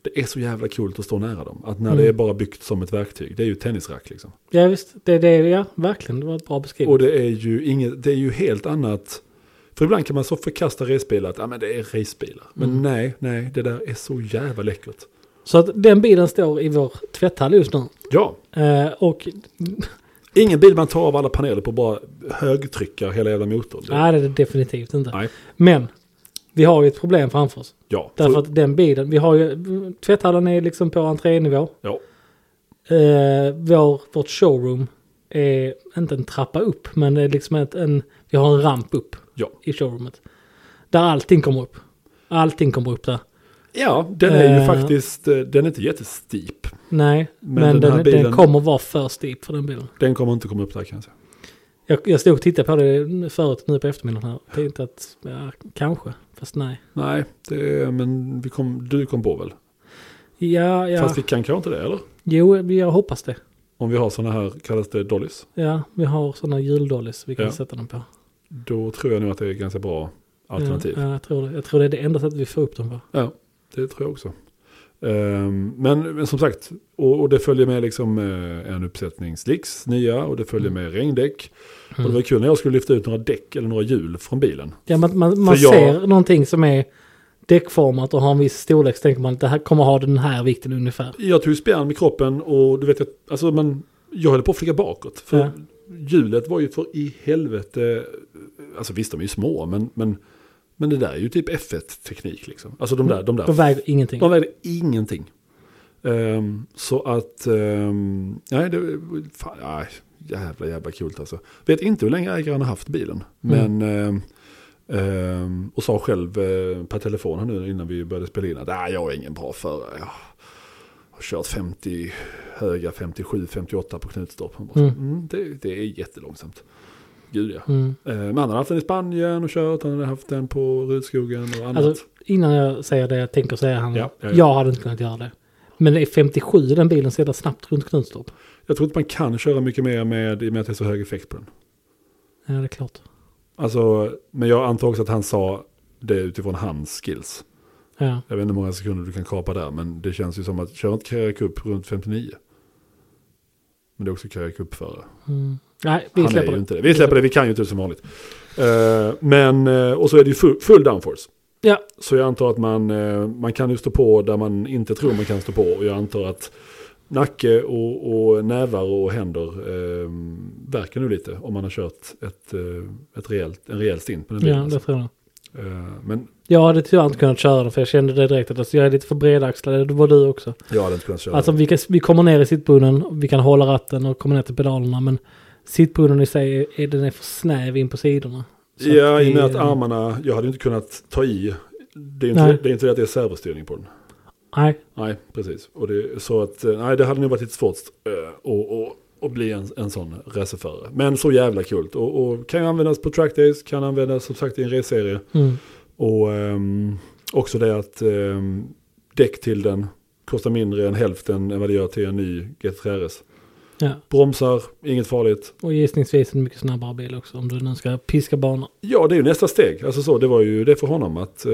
det är så jävla coolt att stå nära dem. Att när det är
Mm. bara
bara byggt som ett verktyg, det är ju tennisrack liksom.
ja visst. Det, det, ja, verkligen. Det var ett bra beskrivning.
Och det är ju, inget, det är ju helt annat, för ibland kan man så förkasta racebilar att ah, men det är racebilar. Men
Mm.
nej, nej, det där är så jävla läckert.
Så att den bilen står i vår tvätthall just nu.
Ja,
Eh, och
ingen bil man tar av alla paneler på bara högtryckar hela jävla motorn. Det-
nej, det är det definitivt inte.
Nej.
Men vi har ju ett problem framför oss.
Ja,
Därför
för,
att den bilen, vi har ju, tvätthallen är liksom på entrénivå.
ja,
Eh, vår, vårt showroom är inte en trappa upp, men det är liksom ett, en, vi har en ramp upp
ja.
i showroomet. Där allting kommer upp. Allting kommer upp där.
Ja, den är ju
Eh.
faktiskt, eh, den är inte jättestip.
Nej, men,
Men den
den,
här
den,
bilen-
kommer vara för steep för den bilen.
Den kommer inte komma upp där kan jag säga.
Jag, jag stod och tittade på det förut nu på eftermiddagen här. Tänkte att, ja, kanske, fast nej.
Nej, det, men vi kom, du kom på väl?
Ja, ja.
Fast vi kan kanske inte det, eller?
Jo, jag hoppas det.
Om vi har sådana här, kallas det dollys?
Ja, vi har sådana juldollys vi kan
Ja.
sätta dem på.
Då tror jag nog att det är ganska bra alternativ.
Ja, ja, jag, tror det. jag tror det är det enda sättet vi får upp dem på.
Ja, det tror jag också. Ehm, men, men som sagt, och, och det följer med liksom eh, en uppsättning slicks, nya, och det följer
Mm.
med regndäck. Och det var kul när jag skulle lyfta ut några däck eller några hjul från bilen.
Ja, man man, man
För jag-
ser någonting som är däckformat och har en viss storlek så tänker man att det här kommer ha den här vikten ungefär.
Jag tog spjärn med kroppen och du vet, jag, alltså, men jag höll på att flyga bakåt. För
Ja.
hjulet var ju för i helvete, alltså visst de är ju små, men, men, men det där är ju typ F1-teknik liksom. Alltså de där, de där
De väger ingenting.
De vägde ingenting. Ehm, så att, ehm, nej, det, fan, nej, jävla jävla kul alltså. Vet inte hur länge ägaren har haft bilen.
Mm.
Men, ehm, ehm, och sa själv eh, per telefon här nu innan vi började spela in att nej, jag är ingen bra förare. Jag har kört 50 höga, 57, 58 på Knutstorp. Han bara,
Mm.
Mm, det, det är jättelångsamt. Gud ja.
Mm.
Eh, Men han hade haft den i Spanien och kört, han hade haft den på Rudskogen och annat.
Alltså, innan jag säger det jag tänker säga här nu.
Ja, ja, ja.
Jag hade inte kunnat göra det. Men det är 57 i den bilen sedan snabbt runt Knutstorp.
Jag tror inte man kan köra mycket mer med, i och med att det är så hög effekt på den.
Ja, det är klart.
Alltså, men jag antar också att han sa det utifrån hans skills.
Ja.
Jag vet inte hur många sekunder du kan kapa där, men det känns ju som att kör inte Carrera Cup runt 59? Men det är också Carrera Cup-förare.
Mm. Nej, vi
Han är
släpper
ju
det.
inte det. Vi släpper det, vi kan ju inte det som vanligt. Eh, men, eh, och så är det ju full, full downforce.
Ja,
Så jag antar att man, eh, man kan ju stå på där man inte tror man kan stå på. Och jag antar att nacke och, och nävar och händer eh, verkar nu lite om man har kört ett, eh, ett rejält, en rejäl stint på den
ja
bilen.
det
alltså.
tror jag.
eh, men
Jag hade tyvärr inte kunnat köra den för jag kände det direkt att alltså, jag är lite för bredaxlad. Det var du också.
jag hade inte kunnat köra.
Alltså vi, kan, vi kommer ner i sittbrunnen, vi kan hålla ratten och komma ner till pedalerna. Men sittbrunnen i sig, är, den är för snäv in på sidorna. Så
ja,
att
i och med att
det-
armarna, jag hade inte kunnat ta i. Det är inte,
Nej.
det är inte det att det är servostyrning på den.
Nej,
Nej, precis. Och det, så att, eh, nej, det hade nog varit lite svårt eh, att- att- att bli en, en sån racerförare. Men så jävla kul. Och, och kan ju användas på trackdays, kan användas som sagt i en raceserie.
mm.
Och ehm, också det att um, däck till den kostar mindre än hälften än vad det gör till en ny GT3RS.
ja.
Bromsar, inget farligt.
Och gissningsvis en mycket snabbare bil också om du nu ska piska banor.
Ja, det är ju nästa steg. Alltså så, det var ju det för honom att eh,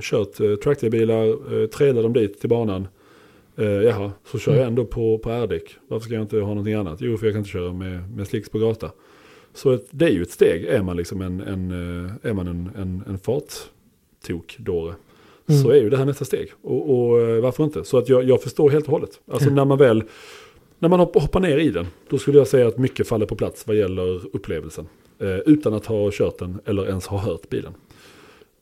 kört eh, trackdaybilar, eh, träda dem dit till banan. Eh, jaha, så kör jag ändå på, på R-däck. Varför ska jag inte ha någonting annat? Jo, för jag kan inte köra med, med slicks på gata. Så ett, det är ju ett steg. Är man liksom en, en, eh, är man en, en, en farttokdåre
Mm.
så är ju det här nästa steg. Och, och eh, varför inte? Så att jag, jag förstår helt och hållet. Alltså när man väl när man hopp- hoppar ner i den, då skulle jag säga att mycket faller på plats vad gäller upplevelsen. Eh, utan att ha kört den eller ens ha hört bilen.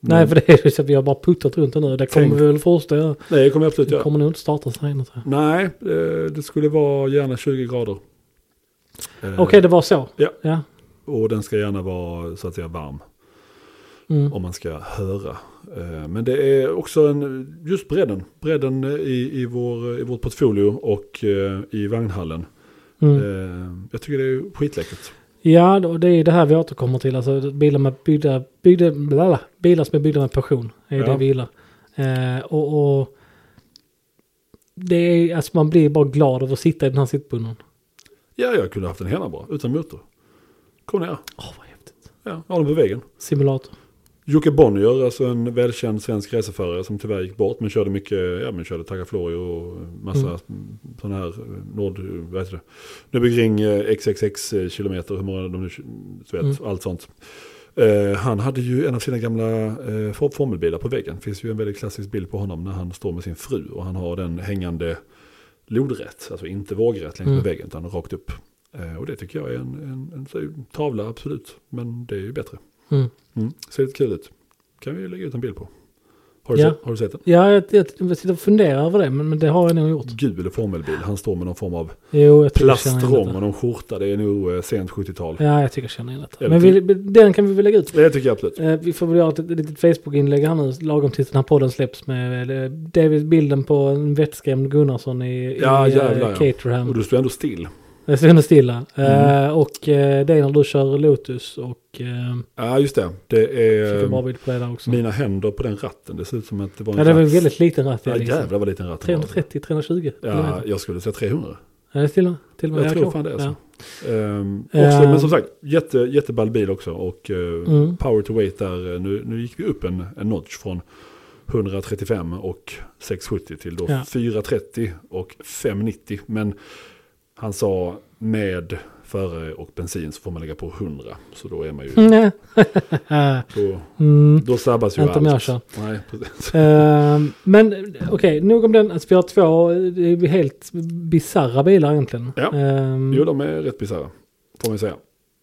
Men-
Nej, för det är ju så att vi har bara puttat runt den nu. Det kommer
Mm. Tänk.
vi väl fortsätta göra.
Nej, det kommer jag absolut
Det
göra.
kommer nog inte starta sig något här.
Nej, eh, det skulle vara gärna 20 grader. Eh,
Okej, det var så.
Ja.
ja.
Och den ska gärna vara så att säga varm.
Mm.
om man ska höra. Eh, Men det är också en, just bredden, bredden i, i, vår, i vårt portfolio och eh, i vagnhallen.
Mm.
Eh, Jag tycker det är skitläckert.
Ja, då- det är det här vi återkommer till. Alltså bilar, med byggda, byggda, blablabla, bilar som är byggda med passion är
Ja.
det vi gillar. Eh, och, och det är, alltså man blir bara glad över att sitta i den här sittbunden.
Ja, jag kunde haft en hela bra, utan motor. Kom ner,
Åh, vad häftigt.
ja, ha den på vägen.
Simulator.
Jocke Bonnier, alltså en välkänd svensk racerförare som tyvärr gick bort, men körde mycket, ja men körde Tagga Florio och massa
Mm.
sådana här eh, Nord, vad heter det, nu kring eh, XXX eh, kilometer, hur många de nu, du
Mm.
vet, allt sånt. Eh, han hade ju en av sina gamla eh, for- formelbilar på väggen. Det finns ju en väldigt klassisk bild på honom när han står med sin fru och han har den hängande lodrätt, alltså inte vågrätt längs med
Mm.
väggen utan rakt upp. Eh, och det tycker jag är en, en, en, så- tavla, absolut, men det är ju bättre.
Mm.
Mm. Ser lite kul ut. Kan vi lägga ut en bild på. Har du,
Ja.
sett, har du sett den?
Ja, jag, jag, jag sitter och funderar över det, men, men det har jag nog gjort.
Gul formelbil. Han står med någon form av
Jo, jag tycker jag känner igen
plastrom
detta.
och någon skjorta. Det är nog eh, sent 70-tal.
Ja, jag tycker jag känner igen detta.
Eller
Men vi, den kan vi väl lägga ut.
Det tycker jag absolut.
Eh, Vi får väl göra ett ett litet Facebook-inlägg här nu, lagom tills den här podden släpps med eh, det är väl bilden på en vettskrämd Gunnarsson i,
Ja,
i eh,
jävlar, ja. Mm.
Caterham.
Och du står ändå still.
Jag står ändå stilla. Eh, Och eh, det är när du kör Lotus och eh,
Ja, just det. Det
fick en bra
är
bild på det där också.
Eh, mina händer på den ratten. Det ser ut som att det var en
Ja, det var en
ratt.
väldigt liten ratt.
Ja,
jag liksom.
jävlar vad liten ratten var. alltså.
330-320
Ja, jag skulle säga 300.
Är det stilla? Till och med
Jag
Ja,
tror
kanske.
fan det alltså.
Ja.
Ehm, också,
Ehm.
Men som sagt, jätte, jätteball bil också. Och eh, (laughs)
Mm. (laughs)
power to weight där. eh, Nu, nu gick vi upp en, en notch från 135 och 670 till då
Ja.
430 och 590. Men han sa med före och bensin så får man lägga på 100. Så då är man ju...
Nej.
Då,
mm.
då sabbas ju
Inte om jag
allt.
kör.
Nej, precis.
Ehm, men okej, nog om den. Alltså, vi har två eh, helt bisarra bilar egentligen.
Ja.
Ehm,
Jo, de är rätt bisarra. Får man säga.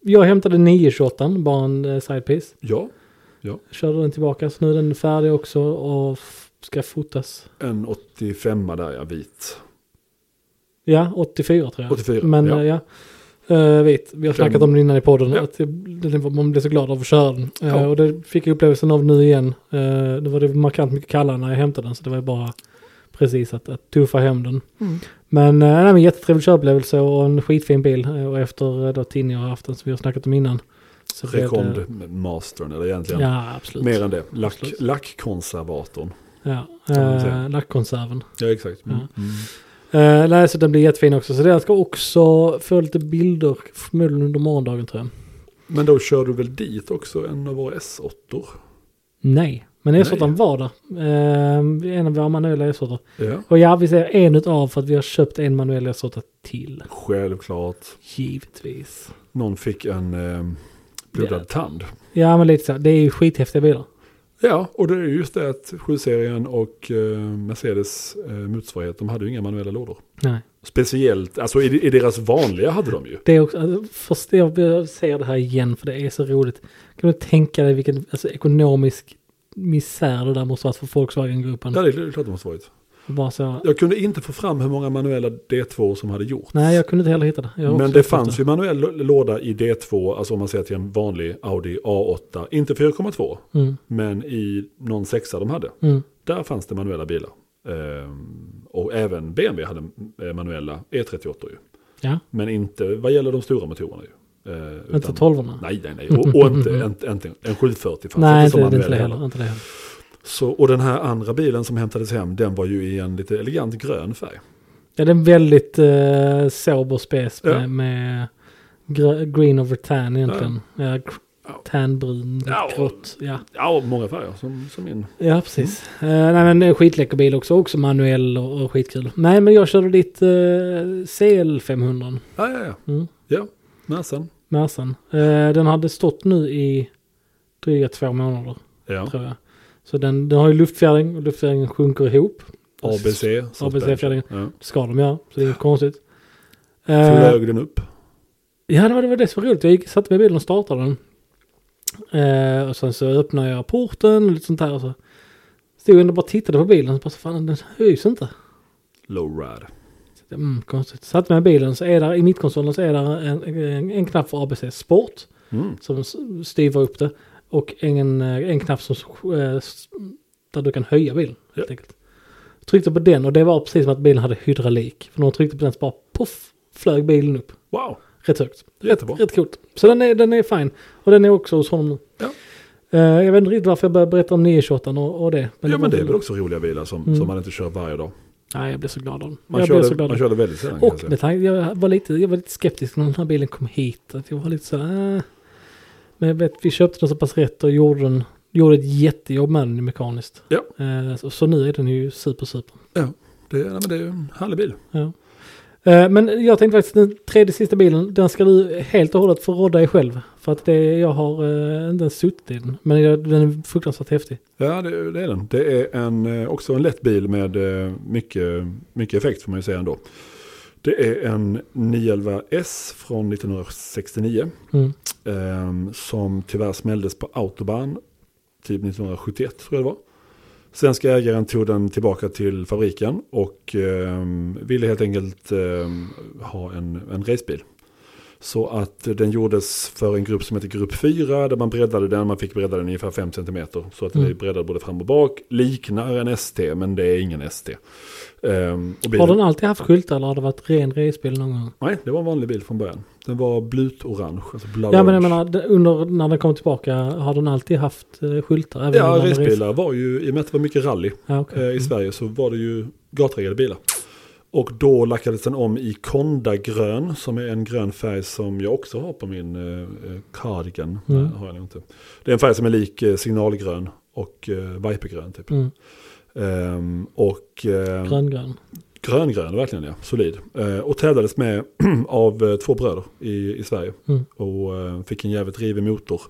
jag hämtade 928, bara en eh, sidepiece.
Ja,
Körde den tillbaka, så nu är den färdig också och f- ska fotas.
en 85 där ja, vit.
Ja, 84 tror jag.
84,
men
ja.
eh, ja. Eh, vet, vi har snackat om den innan i podden.
Ja.
Att det- den var- man blev så glad av att köra den. Eh,
Ja.
Och det fick jag upplevelsen av nu igen. Uh, det var det markant mycket kallare när jag hämtade den. Så det var ju bara precis att, att tuffa hem den. Men, eh, nej, men jättetrevlig körupplevelse och en skitfin bil. Eh, Och efter eh, då Tinny har haft den som vi har snackat om innan. Så blev det-
Rekond Mastern eller egentligen.
eh, Ja, absolut.
Mer än det. Lack,
Absolut.
lackkonservatorn.
Ja,
kan man säga.
eh, lackkonserven.
Ja, exakt. Mm.
Ja. Eh, nej, så den blir jättefin också. Så den ska också få lite bilder förmodligen under morgondagen tror jag.
Men då kör du väl dit också en av våra S8?
Nej, Men E-sortaren var där. Eh, en av våra manuella E-sorter.
Ja.
Och ja, vi ser en utav för att vi har köpt en manuell E-sorter till.
Självklart.
Givetvis.
Någon fick en eh, blodad tand.
Ja, men lite så. Det är ju skithäftiga bilar.
Ja, och det är ju just det att 7-serien och eh, Mercedes eh, motsvarighet, de hade ju inga manuella lådor.
Nej.
Speciellt, alltså i, i deras vanliga hade de ju.
Det är också, alltså, först, jag jag säger det här igen för det är så roligt. Kan du tänka dig vilken alltså, ekonomisk misär det där måste ha varit för Volkswagen-gruppen?
Ja, det är klart de måste varit.
Bara så.
Jag kunde inte få fram hur många manuella D2 som hade gjort.
Nej, jag kunde inte heller hitta det. Jag har
Men
också
det
upptäckt
fanns ju manuell låda i D2, alltså om man ser till en vanlig Audi A8, inte 4,2,
Mm,
men i någon sexa de hade.
mm.
Där fanns det manuella bilar. Ehm, och även BMW hade eh, manuella E38 ju.
Ja,
Men inte vad gäller de stora motorerna ju. Ehm,
inte tolvorna.
Nej, nej, nej. Och, och
(laughs)
inte, inte, inte en 740 fanns
Nej,
inte som
inte, inte,
manuell
det
heller.
heller, inte det heller.
Så, och den här andra bilen som hämtades hem, den var ju i en lite elegant grön färg.
Ja, det är en väldigt eh, sober spec med,
Ja.
med grö- green over tan egentligen. Ja. gr- Tanbrun,
Ja.
grått. Ja.
Ja, och många färger som, som min.
ja, precis.
mm.
Eh, nej, men det är en skitläcker bil också. Också manuell och, och skitkul. Nej, men jag körde dit eh, CL500.
Ja, ja, ja.
Mm.
Ja, näsan.
Mercan. Eh, den hade stått nu i dryga två månader,
Ja.
tror jag. Så den, den har ju luftfjädring och luftfjädringen sjunker ihop.
ABC.
ABC-fjädringen.
Ja.
Det ska de göra, så det är inget konstigt. Eh,
Flög den upp.
Ja, det var det, var det som var roligt. Jag gick, satte mig i bilen och startade den. Eh, och sen så öppnade jag porten och lite sånt där. Och så stod jag ändå och bara tittade på bilen. Och bara, så, fan, den höjs inte.
Lowride.
Så, Mm, konstigt. Satte mig i bilen så är där i mittkonsolen så är där en, en, en knapp för ABC Sport.
Mm.
Som s- styvar upp det. Och en, eh, en knapp som, eh, s- där du kan höja bilen. Helt
Ja.
enkelt. Tryckte på den och det var precis som att bilen hade hydraulik. För när jag tryckte på den så bara poff flög bilen upp.
Wow.
Rätt högt.
Jättebra.
Rätt coolt. Så den är, den är fin. Och den är också hos honom nu.
Ja.
Eh, jag vet inte riktigt varför jag började berätta om 928 och, och det.
Ja, men det är
var- Mm.
väl också roliga bilar som, som man inte kör varje dag.
Nej, jag blev så glad av den.
Man,
jag blev så
körde,
glad av
man
den.
körde väldigt sällan. kan jag
Och
säga.
med tanke, jag var lite, jag var lite skeptisk när den här bilen kom hit. Att jag var lite så här, äh. Men jag vet, vi köpte den så pass rätt och gjorde, den, gjorde ett jättejobb med den mekaniskt.
Ja.
Eh, så, så nu är den ju super, super.
Ja, det, nej, men det är ju en härlig bil.
Ja. Eh, Men jag tänkte faktiskt den tredje sista bilen, den ska du helt och hållet få rodda dig själv. För att det, jag har eh, inte ens suttit i den. Men jag, den är fruktansvärt häftig.
Ja, det, det är den. Det är en, eh, också en lätt bil med eh, mycket, mycket effekt får man ju säga ändå. Det är en 911 S från 1969
Mm.
eh, som tyvärr smälldes på Autobahn typ 1971 tror jag det var. Svenska ägaren tog den tillbaka till fabriken och eh, ville helt enkelt eh, ha en, en racebil. Så att den gjordes för en grupp som heter Grupp 4 där man breddade den, man fick bredda den ungefär 5 cm. Så att den
Mm.
är breddad både fram och bak, liknar en ST men det är ingen ST. Ehm, och
Har
bilen,
den alltid haft skyltar eller har det varit ren racebil någon gång?
nej, det var en vanlig bil från början. Den var blutorange, alltså blood
Ja
orange.
men jag menar det- under, när den kom tillbaka har den alltid haft eh, skyltar? även om den
Ja,
var race- Mm.
racebilar var ju, i och med att det var mycket rally
Ja, okej.
eh, i Sverige så var det ju gatreggade bilar. Och då lackades den om i kondagrön som är en grön färg som jag också har på min eh, eh, cardigan.
Mm.
Nej, har jag nog inte. Det är en färg som är lik eh, signalgrön och eh, vipergrön typ.
Mm.
Ehm, och eh,
Gröngrön.
gröngrön, verkligen ja, solid. Eh, och tävlades med (clears throat) av eh, två bröder i, i Sverige.
Mm.
Och eh, fick en jävligt rivig motor.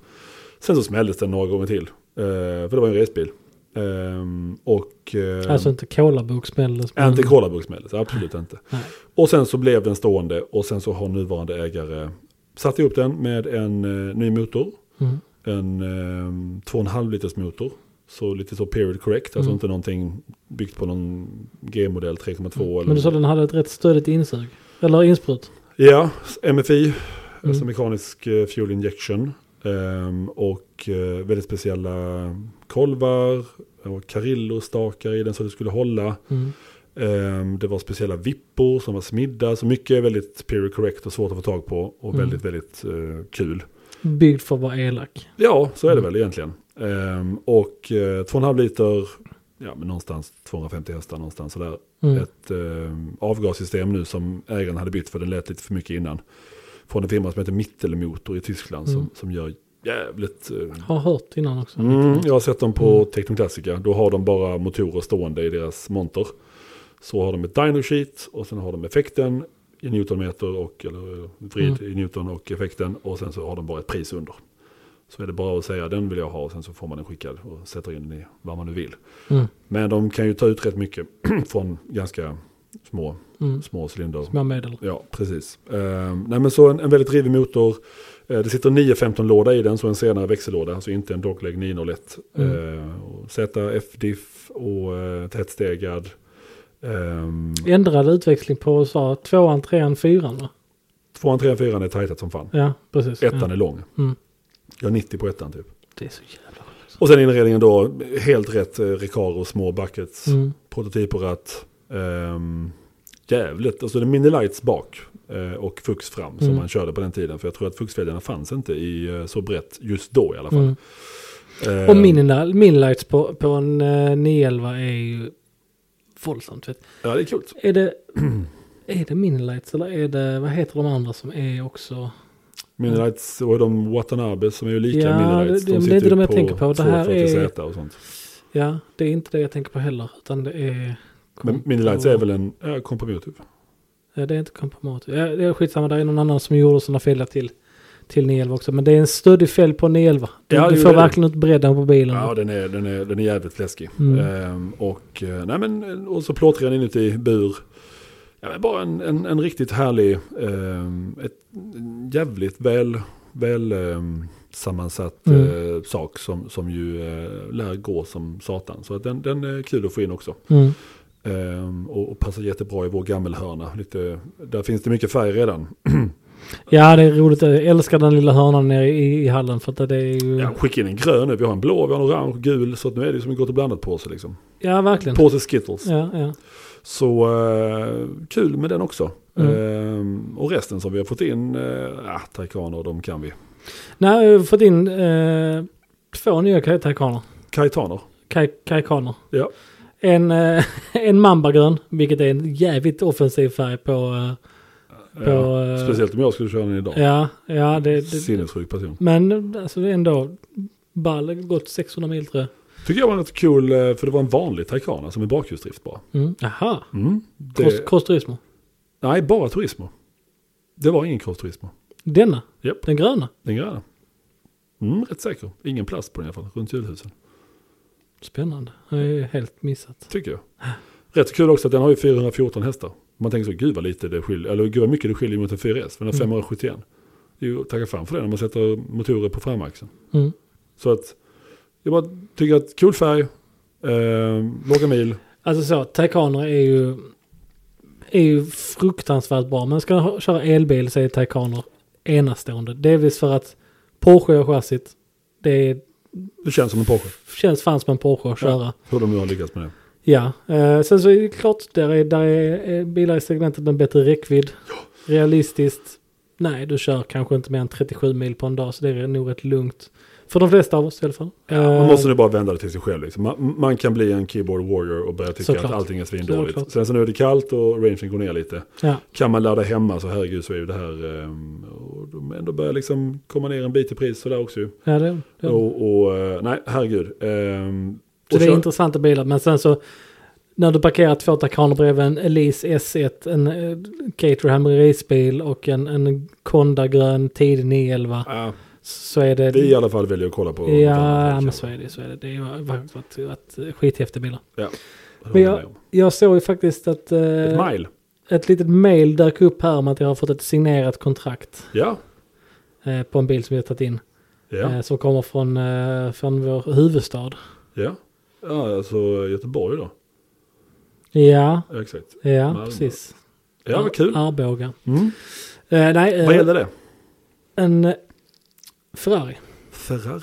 Sen så smälldes den några gånger till. Eh, för det var ju en racebil. Ehm, och... Eh,
Alltså mm. inte kolabok smälldes. men-
inte kollaburgsmället, absolut inte.
Nej.
Och sen så blev den stående och sen så har nuvarande ägare satt ihop den med en eh, ny motor.
Mm.
En eh, 2,5 liters motor. Så lite så period correct, alltså
Mm.
inte någonting byggt på någon G-modell 3,2 eller
Mm. Men du sa den hade ett rätt stödigt insug? Eller insprut?
Ja, MFI, alltså
Mm.
mekanisk eh, fuel injection. ehm, och eh, väldigt speciella kolvar och karillostakar i den så det skulle hålla.
Mm.
Ehm, det var speciella vippor som var smidda. Så mycket är väldigt period correct och svårt att få tag på. Och
Mm.
väldigt, väldigt eh, kul.
Byggd för att vara elak.
Ja, så är det
Mm.
väl egentligen. Ehm, och eh, 2,5 liter, ja men någonstans 250 hästar någonstans sådär
Mm.
ett eh, avgassystem nu som ägaren hade bytt för den lät lite för mycket innan. Från en firma som heter Mittelmotor i Tyskland som,
Mm.
som gör jävligt... eh,
Har hört innan också.
Mm, jag har sett dem på Technoclassica. Då har de bara motorer stående i deras monter. Så har de ett dyno sheet och sen har de effekten i newtonmeter och eller eh, vrid i newton och effekten och sen så har de bara ett pris under. Så är det bara att säga den vill jag ha och sen så får man den skickad och sätter in den i vad man nu vill.
Mm.
Men de kan ju ta ut rätt mycket (clears throat) från ganska små,
Mm.
små cylinder.
Små medel.
Ja, precis. Eh, nej, men så en, en väldigt rivig motor. Eh, det sitter en 915-låda i den, så en senare växellåda. Alltså inte en dogleg 901. Mm. ZF-diff och eh, tättstegad. Ehm,
Ändrad utväxling på USA. Tvåan, trean, fyran va?
Tvåan, trean, fyran är tajtat som fan.
Ja, precis.
Ettan
ja.
är lång.
Mm.
Jag har 90 på ettan typ.
Det är så jävla roligt.
Och sen inredningen då, helt rätt eh, Recaro, små buckets,
Mm.
prototyper att ehm, jävligt, alltså det är mini lights bak eh, och fux fram som
Mm.
man körde på den tiden. För jag tror att fuxfälgarna fanns inte i eh, så brett just då i alla fall.
Mm.
Eh,
Och minila- minilights på, på en eh, 911 är ju våldsamt fett.
Ja, det är coolt. (clears throat)
Är det, är det minilights eller är det, vad heter de andra som är också?
Mini lights och de Watanabe som är ju lika
Mm. Ja,
mini lights.
det- det är inte
ju
de jag tänker på. Det här är-
240Z och sånt.
Ja, det är inte det jag tänker på heller. Utan det är...
Men mini lights är väl en ja, kompromiss typ.
Ja, det är inte kompromat. Ja, det är skitsamma, det är någon annan som gjorde sådana fälgar till, till 911 också. Men det är en stöddig fälg på 911. Du,
Ja,
du
det
får
är det.
verkligen ut bredden på bilen.
Ja, den är, den är, den är jävligt läskig.
Mm.
Ehm, och, eh, nej, men, och så plåtren inuti bur. Ja, men bara en, en, en riktigt härlig, ehm, ett en jävligt väl, väl ehm, sammansatt
Mm.
eh, sak som, som ju eh, lär gå som satan. Så att den, den är kul att få in också.
Mm.
Ehm, och, och passar jättebra i vår gammelhörna. Lite, där finns det mycket färg redan.
ja, det är roligt. Jag älskar den lilla hörnan nere i, i hallen. För att det är ju...
Ja,
Ja,
skicka in en grön nu, vi har en blå, vi har en orange, gul. Så att nu är det ju som en gott och blandat påse liksom.
verkligen.
Påse Skittles.
Ja, ja.
Så eh, kul med den också.
Mm.
Ehm, och resten som vi har fått in, eh, ja, taikaner, de kan vi.
Nej, jag har fått in eh, två nya kaj- taikaner.
Kajtaner,
Kaj- Kajkaner.
ja.
En, eh, (laughs) en mambagrön, vilket är en jävligt offensiv färg på... eh, på
ja.
eh,
Speciellt om jag skulle köra den idag.
Ja, ja det, det,
Sinnessjuk person.
Men alltså det är ändå ball, gått 600 mil tror jag.
Tycker jag var något kul, eh, för det var en vanlig taikana som är bakhjulsdrift bara.
Mm. Jaha,
Mm.
Cross-
Det,
Cross Turismo.
nej, bara Turismo. Det var ingen Cross Turismo.
Denna,
Japp.
den gröna,
Den gröna. Mm, rätt säker. Ingen plast på den i alla fall, runt julhusen.
spännande. Jag har ju helt missat.
Tycker jag. Rätt kul också att den har ju 414 hästar. Man tänker så, gud vad lite det skiljer, eller gud vad mycket det skiljer mot en 4S, för den har
Mm.
571. Det är ju att tacka fan för det när man sätter motorer på framaxeln.
Mm.
Så att, jag bara tycker att kul färg, eh, låga mil,
Alltså så, Taycaner är ju, är ju fruktansvärt bra. Man ska ha, köra elbil så är Taycaner enastående. Delvis för att Porsche och chassit, det är,
det känns som en Porsche.
känns fan som en Porsche att köra.
Hur de nu har lyckats med det.
Ja, eh, sen så är det klart, där är, där är eh, bilar i segmentet med bättre räckvidd. Realistiskt, nej du kör kanske inte mer än 37 mil på en dag så det är nog rätt lugnt. För de flesta av oss i alla fall.
Man
Eh,
måste nu bara vända det till sig själv. Liksom. Man, man kan bli en keyboard warrior och börja tycka
Såklart.
att allting är svindåligt.
Såklart.
Sen så nu är det kallt och rangen går ner lite.
ja.
Kan man ladda hemma så herregud så är ju det här, eh, och de ändå börjar liksom komma ner en bit i pris sådär också ju.
ja, det, det.
Och, och eh, nej, herregud. Ehm,
så
och
det är
kör-
intressanta bilar. Men sen så när du parkerar två Taycaner bredvid en Elise S1, en eh, Caterham racebil och en, en Conda grön tidig 911
Ja,
så är det...
vi i alla fall väljer att kolla på.
ja, men så är det. Så är det. det har varit, varit, varit skithäftiga bilar.
Men
Men jag- Jag såg ju faktiskt att eh,
Ett mile.
ett litet mail dök upp här om att jag har fått ett signerat kontrakt
Ja,
eh, på en bil som vi har tagit in.
ja,
Eh, som kommer från, eh, från vår huvudstad.
ja. Ja, alltså Göteborg då.
Ja,
Ja, exakt.
ja
Malmö.
precis.
Ja, vad kul.
Arboga.
Mm.
Eh, nej,
Vad
eh,
gäller det?
en eh, Ferrari.
Ferrari.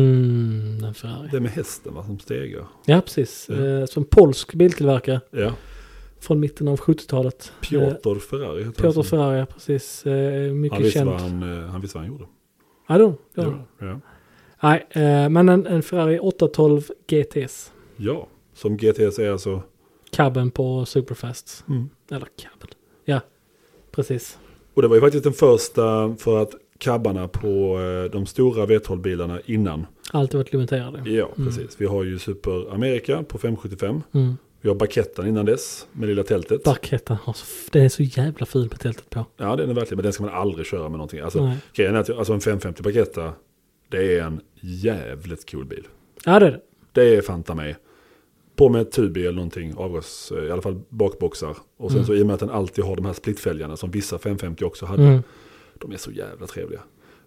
Mm, en Ferrari.
Det är med hästen va, som stegar.
Ja, precis.
Ja.
Eh, som polsk biltillverkare
Ja,
från mitten av 70-talet. Eh,
Piotr Ferrari heter
Piotr
han. som-
Ferrari, precis. Eh, mycket
Han visste,
känd.
vad han, eh, han visste vad han gjorde.
Ja, då, då.
Ja.
Nej, eh, men en, en Ferrari 812 GTS.
ja, som GTS är alltså.
cabben på Superfast.
Mm.
Eller cabben. Ja, precis.
Och det var ju faktiskt den första för att kabbarna på eh, de stora V12-bilarna innan.
Alltid varit limiterade.
Ja, precis. Vi har ju Super America på 575.
Mm.
Vi har Bakettan innan dess med lilla tältet.
Barkettan, har så f- den är så jävla ful med tältet på.
Ja, den är verkligen, men den ska man aldrig köra med någonting. Alltså,
Nej.
grejen är att alltså en 550 Baketta, det är en jävligt cool bil.
Ja det är det.
Det är fanta mig. På med ett tubi eller någonting, avgas, i alla fall bakboxar. Och sen
Mm.
så i och med att den alltid har de här splittfälgarna som vissa 550 också hade.
Mm.
De är så jävla trevliga.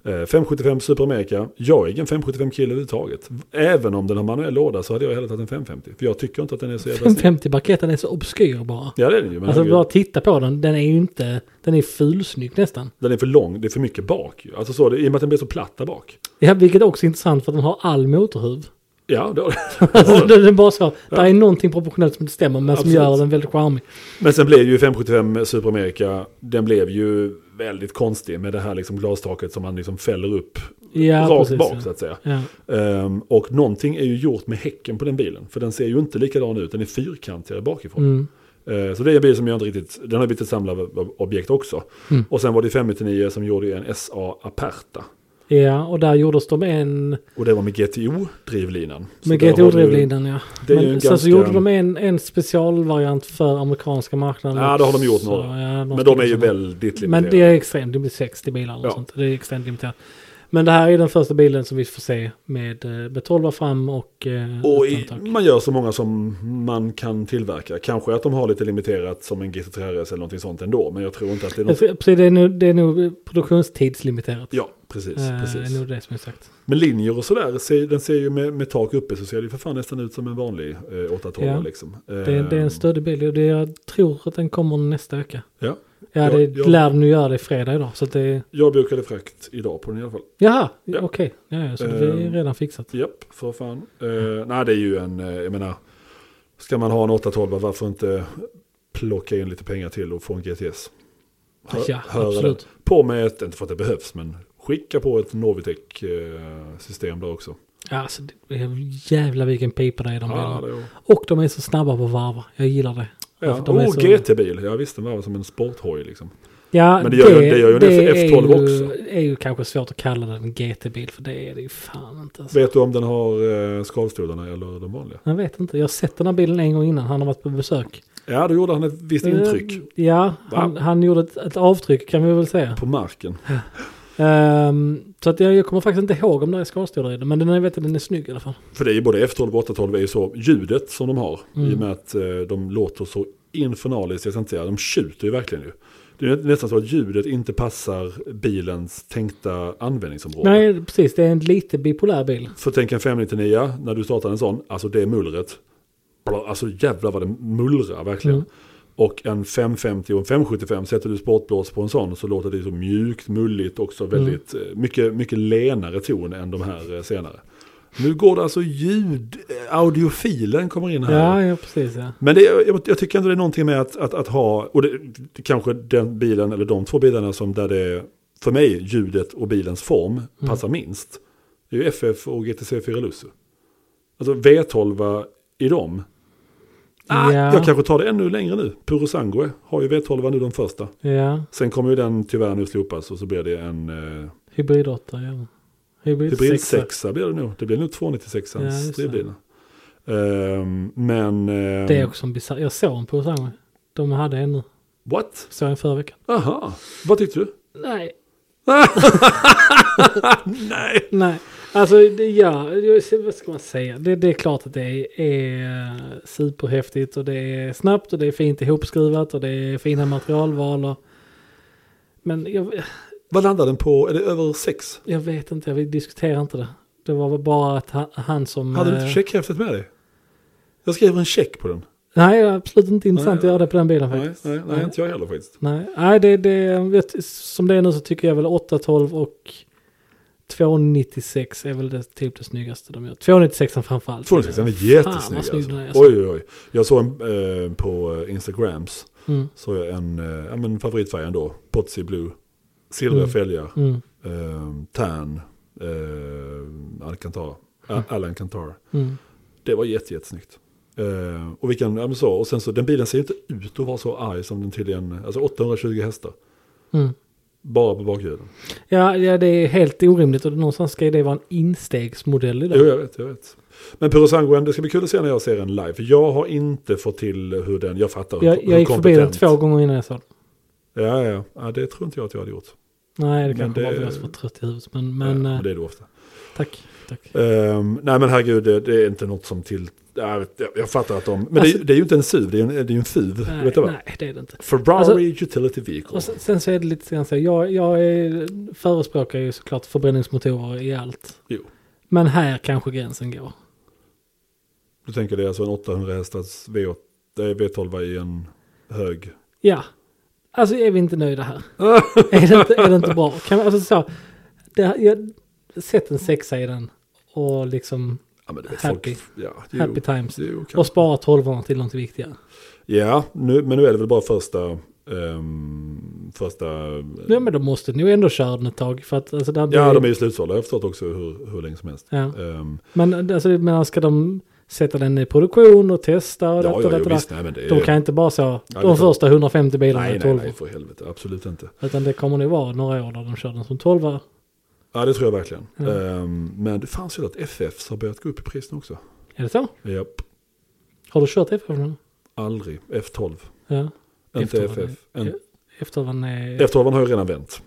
Eh, 575 Super America, jag är ingen 575 kille överhuvudtaget. Även om den har manuell låda så hade jag hellre tagit en 550. För jag tycker inte att den är så jävla snygg.
50 barkettan är så obskyr bara.
Ja det är den ju, men
Alltså
herregud.
bara titta på den, den är ju inte, den är fulsnygg nästan.
den är för lång, det är för mycket bak. ju. Alltså så, det, i och med att den blir så platt där bak.
Ja, vilket också är intressant för att den har all motorhuv.
Ja, det (laughs) har den.
Alltså den är bara så, där är någonting proportionellt som inte stämmer men
Absolut.
som gör den väldigt charmig.
Men sen blev ju 575 Super America, den blev ju väldigt konstig med det här liksom glastaket som man liksom fäller upp
Ja,
rakt
precis.
bak
ja.
så att säga.
Ja.
Ehm, och någonting är ju gjort med häcken på den bilen, för den ser ju inte likadan ut, den är fyrkantigare bakifrån.
Mm.
Eh, Så det är en bil som jag inte riktigt, den har blivit ett samlarobjekt också.
Mm.
Och sen var det 599 som gjorde en SA Aperta.
ja, och där gjordes de en
Och det var med GTO-drivlinan. Så
med
där har du-
GTO-drivlinan ja.
det är
Men
ju en
sen så
ganska-
gjorde de en, en specialvariant för amerikanska marknaden.
Ja, det har de gjort
också.
några.
Ja,
Men de är ju
stycken.
väldigt
Men
limiterade.
det är extremt, det blir 60 bilar eller
Ja.
sånt. Det är extremt limiterat. Men det här är den första bilen som vi får se med, eh, med 12 fram och... eh,
Och i,
framtak.
man gör så många som man kan tillverka. Kanske att de har lite limiterat som en GT3 RS eller någonting sånt ändå. Men jag tror inte att det är
Jag
något...
tror- Precis, det är nog, det är nog produktionstidslimiterat.
Ja, precis.
Eh, Det är
precis.
nog det som är sagt.
Men linjer och sådär, ser- den ser ju med, med tak uppe så ser det ju för fan nästan ut som en vanlig eh, 812
Ja.
liksom.
Det, det är en
Ehm,
stödig bil och det, jag tror att den kommer nästa vecka.
Ja.
Ja,
Ja,
det
jag-
lär den ju göra det fredag idag. Så att det...
Jag bokade frakt idag på den i alla fall.
Jaha,
Ja.
okej. Ja, ja, så det är
Ehm.
redan fixat.
Japp, för fan. Eh, nej, det är ju en, eh, jag menar, ska man ha en 812, varför inte plocka in lite pengar till och få en GTS? Hör-
Ja,
höra
absolut.
det. På med ett, inte för att det behövs, men skicka på ett Novitec-system där också.
Ja, alltså, det är jävla vilken pipa det är i de
Ja,
bilarna.
det är-
Och de är så snabba på att varva. Jag gillar det.
ja. Oh,
Att de är
Och
så- Alltså-
GT-bil, ja visst den var som en sporthoj liksom.
Ja,
Men det gör ju- det gör ju en F-
är
F12
ju-
också.
är ju kanske svårt att kalla den en GT-bil för det är det ju fan inte. Alltså.
Vet du om den har eh, skalstolarna eller de vanliga?
Jag vet inte. Jag har sett den här bilen en gång innan. Han har varit på besök.
Ja, då gjorde han ett visst
Eh,
intryck
Ja, han,
Va?
han gjorde ett, ett avtryck kan vi väl säga.
på marken.
Ehm, så att jag, jag kommer faktiskt inte ihåg om det är skalstolar i den. Men den, jag vet att den är snygg i alla fall.
För det är ju både F12 och 812 är ju så ljudet som de har.
Mm.
I och med att eh, de låter så infernaliskt, jag ska inte säga, de tjuter ju verkligen ju. Det är nä- nästan så att ljudet inte passar bilens tänkta användningsområde.
Nej, precis. Det är en lite bipolär bil.
För tänk en 599, när du startar en sån, alltså det mullret. Bla- Alltså jävlar vad det mullrar verkligen.
Mm.
Och en 550 och en 575 sätter du sportblås på en sån så låter det så mjukt, mulligt också
Mm.
väldigt eh, mycket, mycket lenare ton än de här eh, senare. Nu går det alltså ljud, eh, audiofilen kommer in här.
Ja, ja precis. Ja.
Men det, jag, jag tycker ändå det är någonting med att, att, att ha, och det, det kanske den bilen eller de två bilarna som där det, för mig, ljudet och bilens form
Mm.
passar minst. Det är ju FF och GTC 4 Lusso. Alltså V12 i dem. Ah,
Ja.
Jag kanske tar det ännu längre nu. Puro Sangue har ju V12 nu de första.
ja.
Sen kommer ju den tyvärr nu slopas och så blir det en eh,
Hybrid 8, ja. Hybrid,
hybrid
sexa.
6 blir det nog. Det blir nog 296
Ja, just det.
drivlina. Ehm, men... ehm,
Det är också en bisarr. Jag såg en på Sangre. De hade en nu.
What?
Såg en förra veckan.
Aha, vad tyckte du?
Nej.
(laughs) Nej.
Nej. Alltså, det, ja, jag- vad ska man säga? Det, det är klart att det är eh, superhäftigt och det är snabbt och det är fint ihopskruvat och det är fina materialval. Och, men jag,
Vad landar den på? Är det över sex?
jag vet inte, jag diskuterar inte det. Det var väl bara att han, han som...
Hade du
eh,
inte checkhäftet med dig? Jag skriver en check på den.
Nej, absolut inte intressant
Nej.
att göra det på den bilen
Nej,
faktiskt.
nej, nej inte jag heller faktiskt.
Nej, nej det, det, vet, som det är nu så tycker jag väl 812 och 296 är väl det, typ det snyggaste de gör. 296 framförallt.
296, den är
Fan, vad
jättesnygg.
snygg den är,
alltså. Oj, oj, oj. Jag såg en eh, på eh, Instagrams.
Mm,
Såg jag en, eh, ja men favoritfärgen då. Potsy Blue. Silvriga
Mm.
fälgar.
mm,
Eh, tan. Eh, Alcantara. Mm. Alcantara.
mm.
Det var jätte, jättesnyggt. Eh, och vilken, ja men så. Och sen så, den bilen ser ju inte ut att vara så arg som den tydligen, alltså 820 hästar.
Mm.
Bara på bakhjulen.
Ja, ja, det är helt orimligt och någonstans ska ju det vara en instegsmodell idag.
Jo, jag vet, jag vet. Men Purosangoen, det ska bli kul att se när jag ser den live. För jag har inte fått till hur den, jag fattar hur,
Jag,
hur
jag gick förbi den två gånger innan jag såg den.
Ja, ja, ja, det tror inte jag att jag hade gjort.
Nej, det
Men
kanske
det-
var för att jag som var trött i huvudet. Men,
Men,
men
ja,
eh,
det är det ofta.
tack. tack.
Ehm, nej, men herregud, det, det är inte något som till... Jag, vet, jag, jag fattar att de... Men
Alltså-
det, det är ju inte en SUV, det är ju en, det är ju en FUV.
Nej,
vet du vad?
nej, det är det inte.
Ferrari
Alltså-
Utility Vehicle.
Och sen, sen så är det lite grann så här, jag, jag är, förespråkar ju såklart förbränningsmotorer i allt.
jo.
Men här kanske gränsen går.
Du tänker det är alltså en 800 hästars V8, eh, V12 i en hög.
Ja, alltså är vi inte nöjda här? är, det inte, är det inte bra? Kan, man- alltså, så, det, jag, sätt en sexa i den och liksom
Ja, men det
Happy.
Ja,
happy times.
Jo,
Och
kanske.
spara tolvorna till något viktigare.
ja nu, men nu är det väl bara första... ehm, första...
Ja, men då måste ni ju ändå köra den ett tag. För att, alltså, där blir-
Ja, de är ju slutsålda. Jag har förstått också hur, hur länge som helst.
ja.
Ehm,
Men alltså, jag menar, ska de sätta den i produktion och testa och
ja,
detta
ja,
och
jo,
detta?
visst. Nej, men det är...
De kan inte bara så,
det
de
kan-
första 150 bilarna
nej,
är
nej,
12
nej, för helvete. Absolut inte.
Utan det kommer nog vara några år där de kör den som 12
Ja, det tror jag verkligen.
Ja.
Ehm, men det fanns ju att FF har börjat gå upp i pris nu också.
Är det så?
Japp,
Har du kört FF någon gång?
aldrig. F12.
Ja.
Inte
F12,
FF.
nej.
En,
Efter den är...
F12 har ju redan vänt.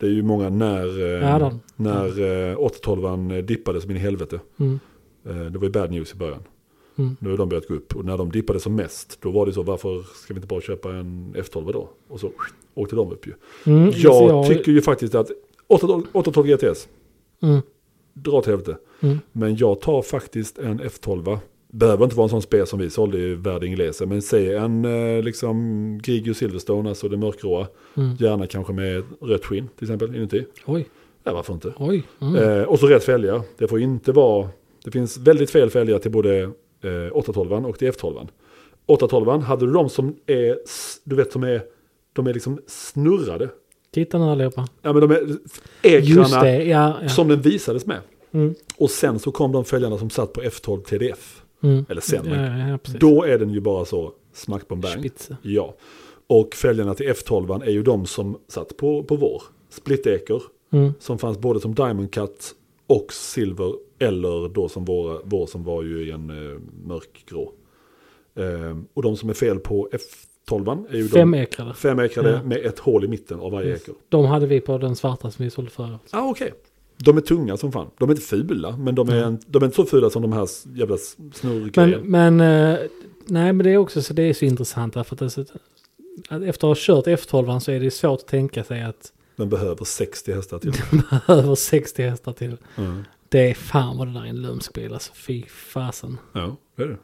Det är ju många när, eh,
Ja, då.
när eh, 812 dippade som in i helvete.
Mm.
Eh, Det var ju bad news i början.
Mm.
Nu har de börjat gå upp. Och när de dippade som mest, då var det så, varför ska vi inte bara köpa en F12 då? Och så åkte de upp ju.
Mm, så
Jag tycker ju faktiskt att 812 812 GTS,
Mm,
dra åt helvete.
mm.
Men jag tar faktiskt en F12. Behöver inte vara en sån spel som vi sålde i Värding Lese, men säg en eh, liksom Grigio Silverstone, alltså det mörkgråa.
Mm.
Gärna kanske med rött skinn till exempel inuti.
Oj,
Ja, varför inte?
oj. Mm.
Eh, och så rätt fälgar. Det får inte vara... Det finns väldigt fel fälgar till både eh, 812 och till F12. 812 hade du de som är, s- du vet som är, de är liksom snurrade.
Titta nu allihopa.
Ja men de är
Just
ekrarna
det, ja. ja.
som den visades med.
Mm,
Och sen så kom de fälgarna som satt på F12 TDF.
mm.
Eller sen, men
Ja, ja, precis.
då är den ju bara så smack på en bang.
Spitze.
Ja. Och fälgarna till F12 är ju de som satt på, på vår. Splitteker.
Mm.
Som fanns både som Diamond Cut och Silver. Eller då som vår, vår som var ju i en eh, mörkgrå. Ehm, och de som är fel på F12 är ju
Fem
de
ekrare.
femekrade
Ja.
med ett hål i mitten av varje eker.
De hade vi på den svarta som vi sålde förra året.
Ah, okej. De är tunga som fan. De är inte fula, men de är,
Mm.
de är inte så fula som de här s- jävla s-
Men,
snurrgrejerna.
men, eh, nej, men det är också så det är så intressant. Därför att, alltså, att efter att ha kört F12 så är det svårt att tänka sig att (laughs)
De behöver 60 hästar till.
över 60 hästar till.
Mm.
Det är fan vad det där är en lömsk bil alltså. Fy fasen.
Ja, det är det.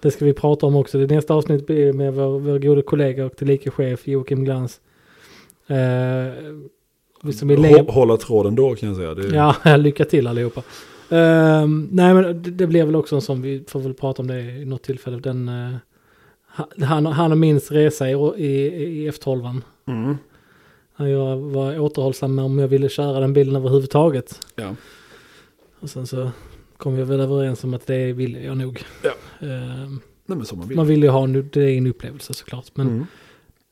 Det ska vi prata om också. Det nästa avsnitt blir med vår, vår gode kollega och tillika chef Joakim Glans. Eh, som vi lägger...
Hå- Hålla tråden då kan jag säga. Det är,
Ja, (laughs) lycka till allihopa. Eh, nej men det, det blir väl också en sån, vi får väl prata om det i något tillfälle. Den, eh, ha- han, han och min resa i, i, i F12.
Mm.
Jag var återhållsam med om jag ville köra den bilen överhuvudtaget.
Ja.
Och sen så kom vi väl överens om att det ville jag nog.
Ja.
Eh,
Nej, men som man vill.
man vill ju ha en, det är en upplevelse såklart. Men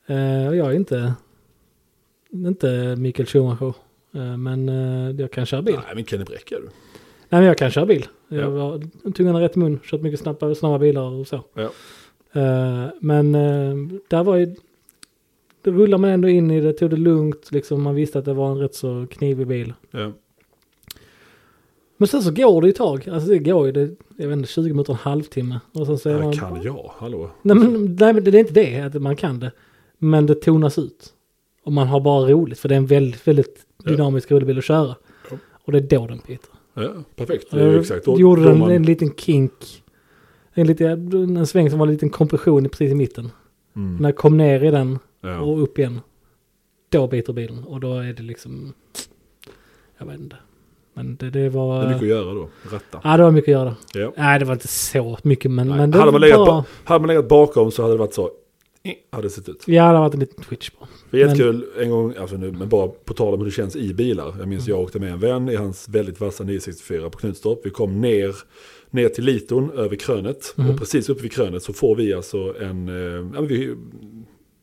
Mm.
eh, jag är inte, inte Mikael Schumacher. Eh, men eh, jag kan köra bil. Nej.
Nej, men Kenny Bräck är du.
men jag kan köra bil.
Ja.
Jag har tungan i rätt mun, kört mycket snabba, snabba bilar och så.
Ja.
Eh, men eh, där var ju... Då rullade man ändå in i det, tog det lugnt, liksom man visste att det var en rätt så knivig bil.
Ja.
Men sen så går det ju ett tag, alltså det går ju, det, jag vet inte, 20 minuter, en halvtimme. Och sen så är man,
Här kan jag, hallå.
Nej men, nej men det är inte det att man kan det. Men det tonas ut. Och man har bara roligt för det är en väldigt, väldigt
Ja.
dynamisk rolig bil att köra.
Ja.
Och det är då den biter.
Ja, perfekt. Det är ju exakt.
Jag
Då,
gjorde
då
den
man,
en liten kink. En, liten, en sväng som var en liten kompression i- precis i mitten.
mm.
När jag kom ner i den
ja.
och upp igen. Då biter bilen och då är det liksom... Jag vet inte. Men det, det
Det
var...
är mycket att göra då. Ratta.
ja, det var mycket att göra.
Ja.
Nej, det var inte så mycket men...
Nej.
men det
hade, man legat
var-
ba- hade man legat bakom så hade det varit så. Eh, Hade det sett ut.
Ja, det har varit en liten twitch på.
Det är jättekul en gång, alltså nu, men bara på tal om hur det känns i bilar. Jag
Mm.
minns jag åkte med en vän i hans väldigt vassa 964 på Knutstorp. Vi kom ner, ner till Liton över krönet.
Mhm.
Och precis uppe vid krönet så får vi alltså en, eh, ja, men vi,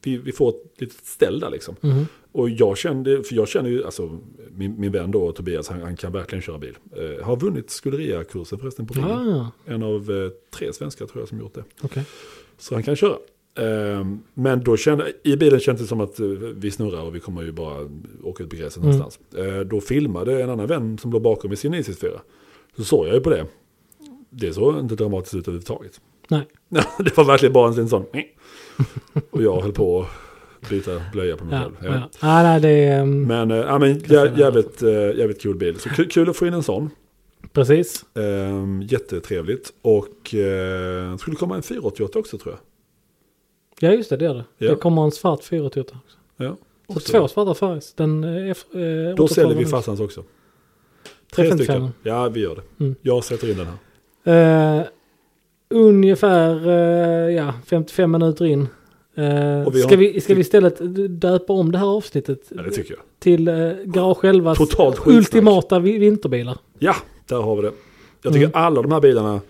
vi, vi får ett litet ställ där liksom.
Mhm.
Och jag kände, för jag känner ju, alltså min, min vän då Tobias, han, han kan verkligen köra bil. Eh, har vunnit Scuderia-kursen förresten på Ring.
Ja, ja.
En av eh, tre svenskar tror jag som gjort det.
Okej.
Så han kan köra. Ehm, Men då kände, i bilen kändes det som att eh, vi snurrar och vi kommer ju bara åka ut på gräset
Mm.
någonstans. Eh, Då filmade en annan vän som låg bakom i sin IC4. Så såg jag ju på det. Det såg inte dramatiskt ut överhuvudtaget. (laughs)
Nej.
Det var verkligen bara en liten
(laughs)
sån. "Eh." Och jag höll på att byta blöja på mig
Ja,
själv.
ja.
Mm. Ja.
ja. Ah, nej, det är... mm,
Men, äh, men jä, jävligt, eh, jävligt kul bil. Så kul, kul att få in en sån.
Precis.
Ehm, jättetrevligt. Och eh, det skulle komma en 488 också tror jag.
Ja, just det, det gör det.
Ja.
Det kommer en svart 488 också.
Ja.
Så
Också.
två svarta färger. Den eh, F- eh,
Då säljer
812.
vi farsans också. Tre
355.
stycken. Ja, vi gör det.
Mm.
Jag sätter in den här.
Eh, ungefär eh, ja, 55 minuter in. Eh,
Och vi har-
ska, vi, ska vi istället döpa om det här avsnittet
Ja, det tycker jag.
till eh, Garage Elvas
Totalt skitsnack.
ultimata vi- vinterbilar?
Ja, där har vi det. Jag tycker
Mm.
alla de här bilarna,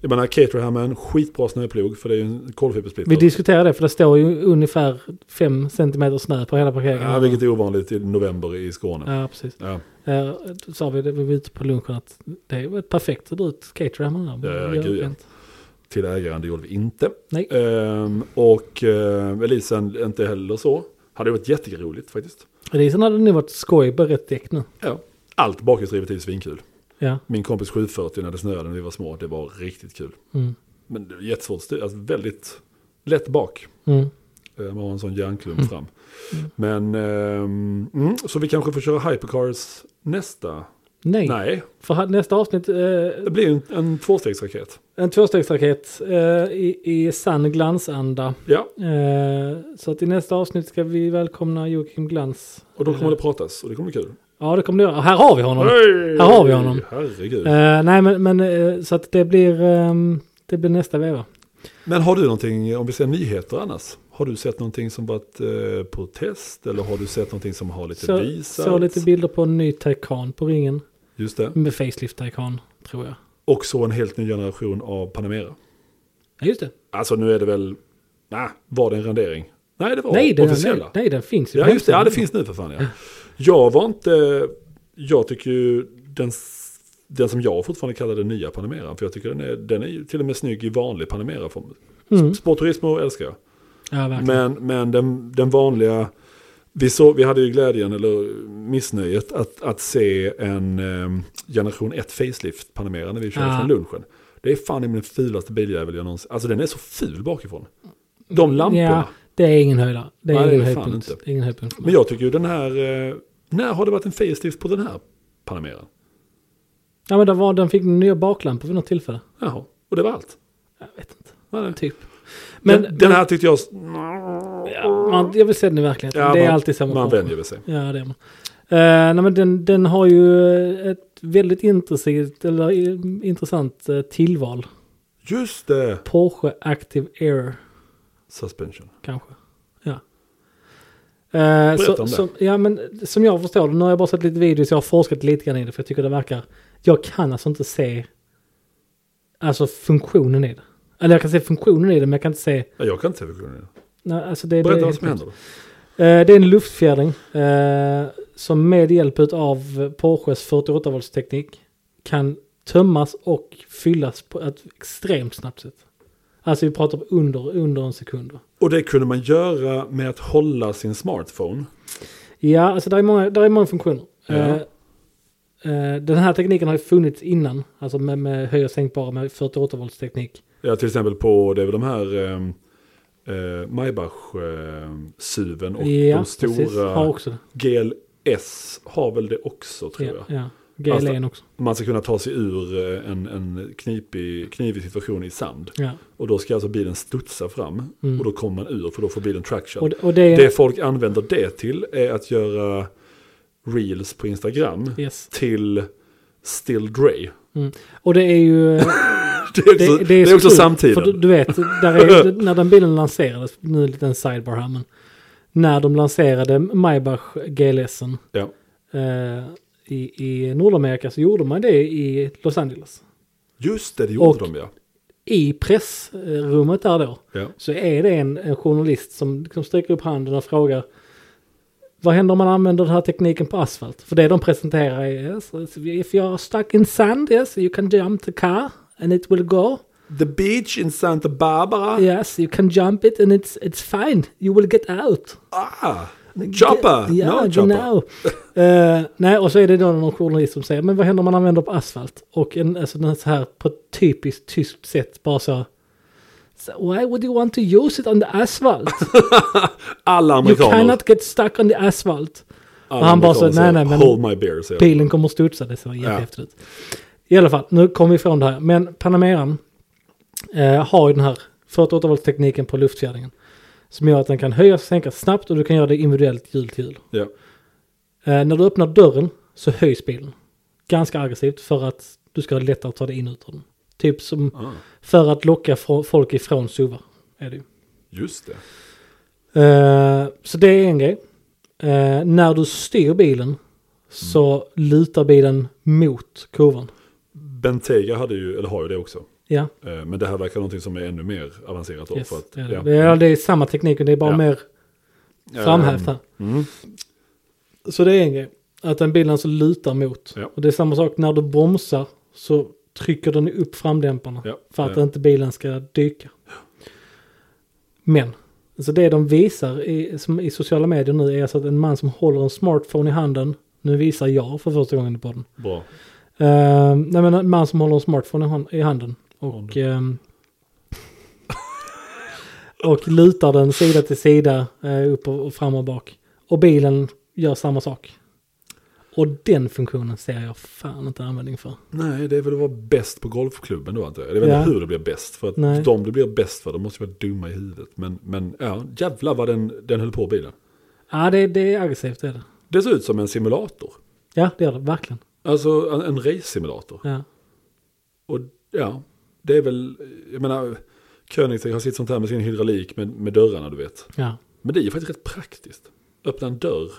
jag menar Caterhammen, skitbra snöplog för det är ju en kolfibersplitter.
Vi diskuterar det för det står ju ungefär 5 cm snö på hela parkeringen.
ja, vilket är ovanligt i november i Skåne.
Ja, precis.
Ja.
Eh, då sa vi det, vi var ute på lunchen att det är ett perfekt att dra ut caterhammen där.
Ja, ja,
Gör
gud, ja.
rent.
Till ägaren, det gjorde vi inte.
Nej.
Ehm, och uh, Elisen inte heller så. Hade varit jätteroligt faktiskt.
Risen hade nu varit skoj på rätt däck nu.
Ja. Allt bakhjulsdrivet är ju svinkul.
Ja.
Min kompis 740 när det snöade när vi var små, det var riktigt kul.
Mm.
Men det är jättesvårt att styra, alltså väldigt lätt bak.
Mm.
Eh, Man har en sån järnklump fram. Men, ehm, mm, så vi kanske får köra hypercars nästa.
Nej.
Nej,
För ha- nästa avsnitt eh,
det blir en, en tvåstegsraket.
En tvåstegsraket eh, i, i sann glansanda.
Ja,
Eh, så att i nästa avsnitt ska vi välkomna Joakim Glans.
och då kommer det pratas och det kommer bli kul.
Ja, det kommer det göra. Här Eh. har vi honom.
Hej!
Här har vi honom.
Herregud.
Eh, nej, men, men eh, så att det blir, ehm, det blir nästa veva.
Men har du någonting, om vi ser nyheter annars, har du sett någonting som varit eh, på test eller har du sett någonting som har lite
Så,
visats?
så lite bilder på en ny Taycan på ringen.
Just det.
Med facelift Taycan, tror jag.
Och så en helt ny generation av Panamera.
Ja, just det.
Alltså nu är det väl, nej, var det en rendering? Nej, det var
nej, den,
officiella.
nej, nej, den finns ju. på
Ja, just det. Ja, det
hemsidan.
finns nu för fan. Ja. Jag var inte... Jag tycker ju den, s- den som jag fortfarande kallar den nya Panameran. För jag tycker den är, den är ju till och med snygg i vanlig Panamera-form.
Mm.
Sportturismo älskar jag.
Ja, verkligen.
Men, men den, den vanliga... Vi, så, vi hade ju glädjen, eller missnöjet, att, att se en eh, generation 1 facelift Panamera när vi körde
Ja.
från lunchen. Det är fan i min fulaste biljävel jag någonsin... Alltså den är så ful bakifrån. De lamporna.
Ja, det är ingen höjdare. Det är
Nej, det är
ingen
det fan
höjdpunkt.
inte.
Ingen höjdpunkt för mig.
Men jag tycker ju den här, eh, när har det varit en facelift på den här Panameran?
Ja, men det var, den fick nya baklampor vid något tillfälle.
Jaha, och det var allt.
Jag vet inte.
Nej, nej.
Typ.
Men,
Men,
den, den här tyckte jag,
Ja, man, jag vill se den i verkligheten.
Ja,
det är
man-
alltid samma
man
form.
vänjer sig.
Ja, det är man. Eh, nej, men den, den har ju eh, ett väldigt intressant, eller, eh, intressant eh, tillval.
Just det,
Porsche Active Air
suspension.
kanske. Ja. Eh,
Berätta om
så,
det.
som, ja, men, som jag förstår det, nu har jag bara sett lite videos, jag har forskat lite grann i det för jag tycker det verkar, jag kan alltså inte se alltså funktionen i det. Eller jag kan se funktionen i det men jag kan inte se,
Ja, jag kan inte se versionen.
nej, alltså det, det
Berätta
är
vad som
helt-
händer. då.
Eh, Det är en luftfjädring eh, som med hjälp av Porsches 48-voltsteknik kan tömmas och fyllas på ett extremt snabbt sätt. Alltså vi pratar om under, under en sekund. va?
Och det kunde man göra med att hålla sin smartphone.
Ja, alltså där är många, där är många funktioner.
Ja.
Eh, eh, Den här tekniken har ju funnits innan, alltså med, med höj och sänkbara med 48-voltsteknik.
Ja, till exempel på, det är väl de här ehm, eh, Maybach-suven och
Ja,
de
precis.
stora.
Har också det.
GLS har väl det också tror
Ja,
jag. Alltså,
ja.
Fast-
GLN också.
Man ska kunna ta sig ur eh, en, en knipig, knivig situation i sand.
Ja.
Och då ska alltså bilen studsa fram
Mm.
och då kommer man ur för då får bilen traction.
Och, och det är...
Det folk använder det till är att göra reels på Instagram
Yes. Mm.
till Still Dre.
Och det
(laughs)
är ju... eh,
Det är också, det, är
så
också
sjukt,
samtiden.
För du, du vet, där
(laughs)
är, när den bilen lanserades, nu är det en liten sidebar här, men när de lanserade Maybach GLSen
Ja.
eh, i, i Nordamerika så gjorde man det i Los Angeles.
Just det, det gjorde
Och-
de ja.
I pressrummet där då
ja.
liksom så är det en, en journalist som, som sträcker upp handen och frågar Vad händer om man använder den här tekniken på asfalt? För det de presenterar är yes, if you're stuck in sand, yes, you can jump the car and it will go.
The beach in Santa Barbara.
Yes, you can jump it and it's, it's fine. You will get out.
Ah, chopper!
Ja,
no chopper.
genau. Eh, nej, och så är det då någon journalist som säger, men vad händer om man använder på asfalt? Och en, alltså den så här på ett typiskt tyskt sätt bara så. "So Why would you want to use it on the asphalt?
Alla
You
amerikaner.
cannot get stuck on the asphalt.
alla
och han bara så,
amerikaner
nej,
säger,
nej, men-
Hold my beer, säger
Bilen kommer att studsa, det ser jättehäftigt ut. I alla fall, nu kommer vi ifrån det här. Men Panameran eh, har ju den här 48 volts tekniken på luftfjädringen. Som gör att den kan höjas och sänkas snabbt och du kan göra det individuellt hjul till hjul.
Ja.
Eh, när du öppnar dörren så höjs bilen. Ganska aggressivt för att du ska ha lättare att ta dig in ut ur den. Typ som
Ah,
för att locka fro- folk ifrån suvar. Är det ju.
just det.
Eh, så det är en grej. Eh, när du styr bilen
Mm.
så lutar bilen mot kurvan.
Bentega hade ju, eller har ju det också.
Ja,
Eh, Men det här verkar någonting som är ännu mer avancerat. Då,
yes,
för att,
det, är det.
ja.
Det, är, det är samma teknik och det är bara
Ja.
mer framhävt här.
Eh, Mm.
Så det är en grej. Att den bilen alltså lutar mot.
Ja.
Och det är samma sak när du bromsar så trycker den upp framdämparna.
Ja,
För att
ja.
inte bilen ska dyka. Men, alltså det de visar i, som i sociala medier nu är alltså att en man som håller en smartphone i handen. Nu visar jag för första gången på den.
Bra.
Uh, nej men en man som håller en smartphone i hand- i handen. Och, ehm, och lutar den sida till sida, eh, upp och och fram och bak. Och bilen gör samma sak. Och den funktionen ser jag fan inte användning för.
Nej, det är väl att vara bäst på golfklubben då antar jag. Jag vet
Ja.
inte hur det blir bäst. För att
Nej.
de det blir bäst för, de måste ju vara dumma i huvudet. Men, men ja, jävlar vad den, den höll på bilen.
Ja, det, det är aggressivt det är det.
Det ser ut som en simulator.
Ja, det är det verkligen.
Alltså en, en race-simulator.
Ja.
Och ja, det är väl, jag menar, Koenigsegg har sitt sånt här med sin hydraulik med, med dörrarna du vet.
ja.
Men det är ju faktiskt rätt praktiskt. Öppna en dörr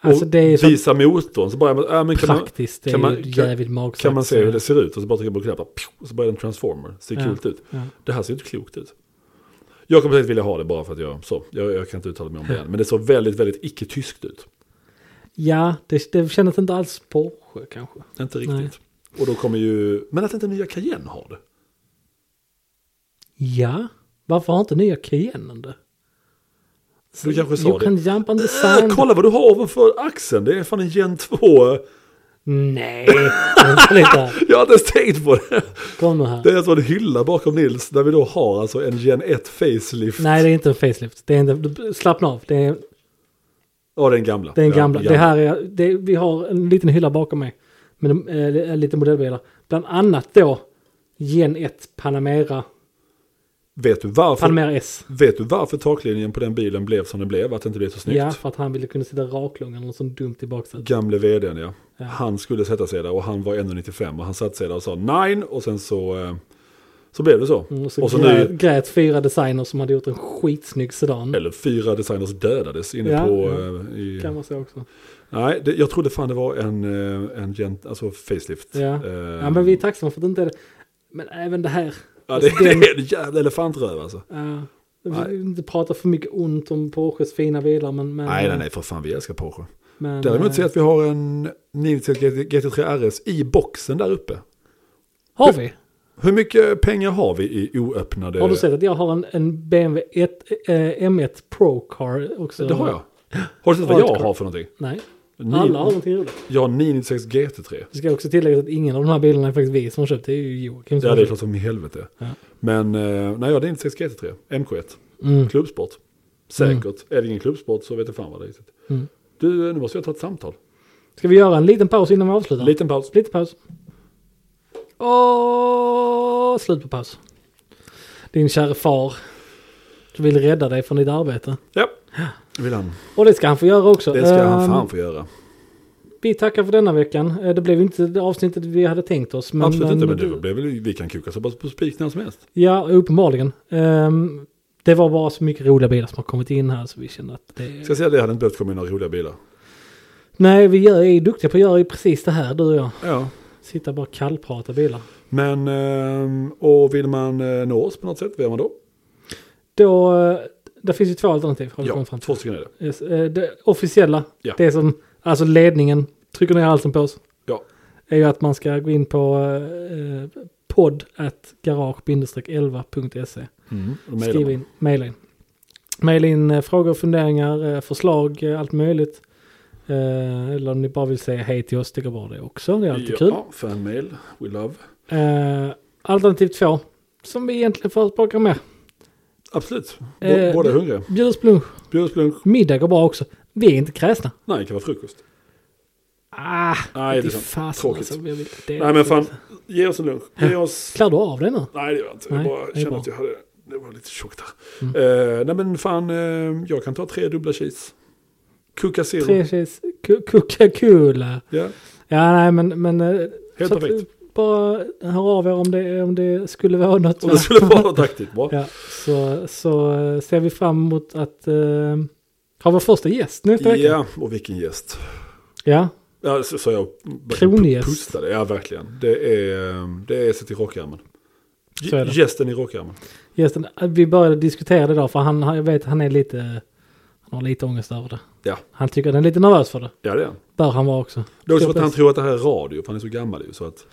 och
Alltså det är ju så
visa motorn. Så bara, äh, men kan man,
praktiskt. Det
kan
är
man-
ju
kan-
jävligt magstarkt.
kan man se hur det
så-
ser ut och så bara trycker man på knappen. pju, Och så börjar den transformer. Ser
Ja.
kul ut.
Ja.
Det här ser inte klokt ut. Jag kommer säkert vilja ha det bara för att jag, så, jag, jag kan inte uttala mig om det än. Men det såg väldigt, väldigt icke-tyskt ut.
Ja, det, det kändes inte alls Porsche kanske.
Inte riktigt. Och då kommer ju, men att inte nya Cayenne har det.
Ja, varför har inte nya Cayennen det?
Du kanske sa
You
det.
can jump on the
Äh,
sand.
(laughs) kolla vad du har ovanför axeln, det är fan en Gen 2. eh,
Nej, vänta lite här.
Jag har inte ens tänkt på det.
Kom nu här.
Det är alltså en hylla bakom Nils där vi då har alltså en Gen 1 facelift.
Nej, det är inte en facelift. Det är inte, du- slappna av. Det är,
Ja, den gamla.
det är en
Ja,
gamla. Det här är, det, vi har en liten hylla bakom mig. Med de, eh, det är lite modellbilar. Bland annat då Gen 1 Panamera.
Vet du varför?
Panamera S.
Vet du varför taklinjen på den bilen blev som den blev? Att det inte blev så snyggt?
Ja, för att han ville kunna sitta raklång eller något sånt dumt i baksätet.
Gamle vdn ja.
Ja.
Han skulle sätta sig där och han var 1,95 och han satte sig där och sa nine och sen så, eh, så blev det så.
Mm, och så,
och så
grät,
nu,
grät fyra designers som hade gjort en skitsnygg sedan.
eller fyra designers dödades inne
Ja,
på...
ja.
eh, I,
Kan man säga också.
Nej, det, jag trodde fan det var en, eh, en gent, alltså facelift.
Ja.
Eh,
Ja, men vi är tacksamma för att det inte är det. Men även det här.
ja, det,
alltså
det
den-
är en jävla elefantröv alltså.
Ja. Vi
Nej.
vill inte prata för mycket ont om Porsches fina bilar men... men
Nej, nej, nej, för fan vi älskar Porsche.
Men,
Däremot ser
eh,
jag att vi har en 991 GT3 RS i boxen där uppe.
Har vi?
Hur mycket pengar har vi i oöppnade?
Har du sett att jag har en, en BMW 1, eh, M1 Pro Car också?
Det har jag. Har du sett vad jag har för någonting?
Nej,
Ni-
alla har någonting roligt.
Jag har 996 GT3.
Det ska också tilläggas att ingen av de här bilarna är faktiskt vi som har köpt. Det är ju Joakim som
Ja,
har
det är
köpt.
klart som i helvete.
Ja.
Men eh, nej, jag har 996 GT3. MK1.
Mm.
Klubbsport. Säkert. Är det ingen klubbsport så vet jag fan vad det är. riktigt.
Mm.
Du, eh, nu måste jag ta ett samtal.
Ska vi göra en liten paus innan vi avslutar?
Liten paus.
Lite paus. Och slut på paus. Din kära far. Du vill rädda dig från ditt arbete.
Ja, vill han.
Och det ska han få göra också.
Det ska han
Ehm,
fan få göra.
Vi tackar för denna veckan. Eh, Det blev inte det avsnittet vi hade tänkt oss. Men,
Absolut inte, men
du-
du, det är väl, vi kan kuka så bara på spik när som helst.
Ja, uppenbarligen. Ehm, det var bara så mycket roliga bilar som har kommit in här så vi kände att det...
Ska jag säga det, hade inte behövt komma in några roliga bilar.
Nej, vi gör, är ju duktiga på att göra ju precis det här, du och jag.
Ja.
Sitta bara och kallprata bilar.
Men, ehm, och vill man eh, nå oss på något sätt, vem är man då?
Då, eh, det finns ju två alternativ. Har vi
Ja,
kommit fram till.
två stycken är det.
Yes, eh, det officiella,
Ja.
det som alltså ledningen trycker ner halsen på oss,
Ja.
är ju att man ska gå in på eh, podd at garage-11.se.
Mm.
Skriv in, maila in. Maila in eh, frågor, funderingar, eh, förslag, eh, allt möjligt. Eh, eller om ni bara vill säga hej till oss, det går bra det också. Det är alltid
ja,
kul.
Fanmail, we love.
Eh, alternativ två, som vi egentligen förespråkar med.
Absolut. B-
Eh,
Båda är
det-
hungriga.
Bjud oss på lunch,
Bjuds på lunch.
middag går bra också. Vi är inte kräsna.
Nej, det kan vara frukost.
Ah,
Nej, det är
fy
sant.
fasen
Tråkigt.
alltså, vi vill- det är
Nej, men fan.
så-
Ge oss en lunch. Ge oss...
Klarar du av det nu?
Nej, det gör jag inte. Jag
Nej,
bara
det är
kände
bra. Mm.
att jag hade... Det var lite tjockt här. Eh, nej, men fan. Eh, jag kan ta tre dubbla cheese. Coca Zero.
Tre tjejs Ku- Coca-Cola.
Ja,
Ja, nej, men... men eh,
helt
så att
perfekt.
vi Bara hör av er om det, om det skulle vara något.
Om
va?
det
(laughs)
skulle vara något aktivt bra.
Ja, så, så eh, ser vi fram emot att eh, ha vår första gäst nästa vecka.
Ja, och vilken gäst.
Ja,
Ja, så, så jag verkligen
Krongäst.
pustade. Ja, verkligen. Det är, det är sitt i rockärmen.
Så är det.
Gästen i rockärmen.
gästen. eh, Vi började diskutera det idag för han, han- jag vet han är lite... Han har lite ångest över det.
Ja.
Han tycker den är lite nervös för det.
Ja, det är han.
Bör han vara också.
Det är också för att
Precis.
han tror att det här är radio, för han är så gammal ju. Så att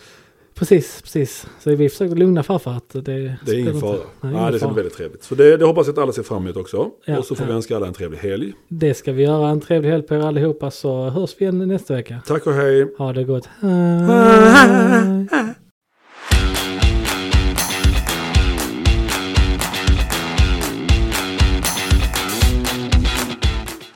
Precis, precis. Så vi försökte lugna farfar att det...
det är ingen fara.
inte-
Nej,
Nej, ingen
det ska
fara.
bli väldigt trevligt. Så det, det hoppas jag att alla ser fram emot också.
Ja,
och så får vi
ja.
önska alla en trevlig helg.
Det ska vi göra. En trevlig helg på er allihopa så hörs vi igen nästa vecka.
Tack och hej.
Ha det gott.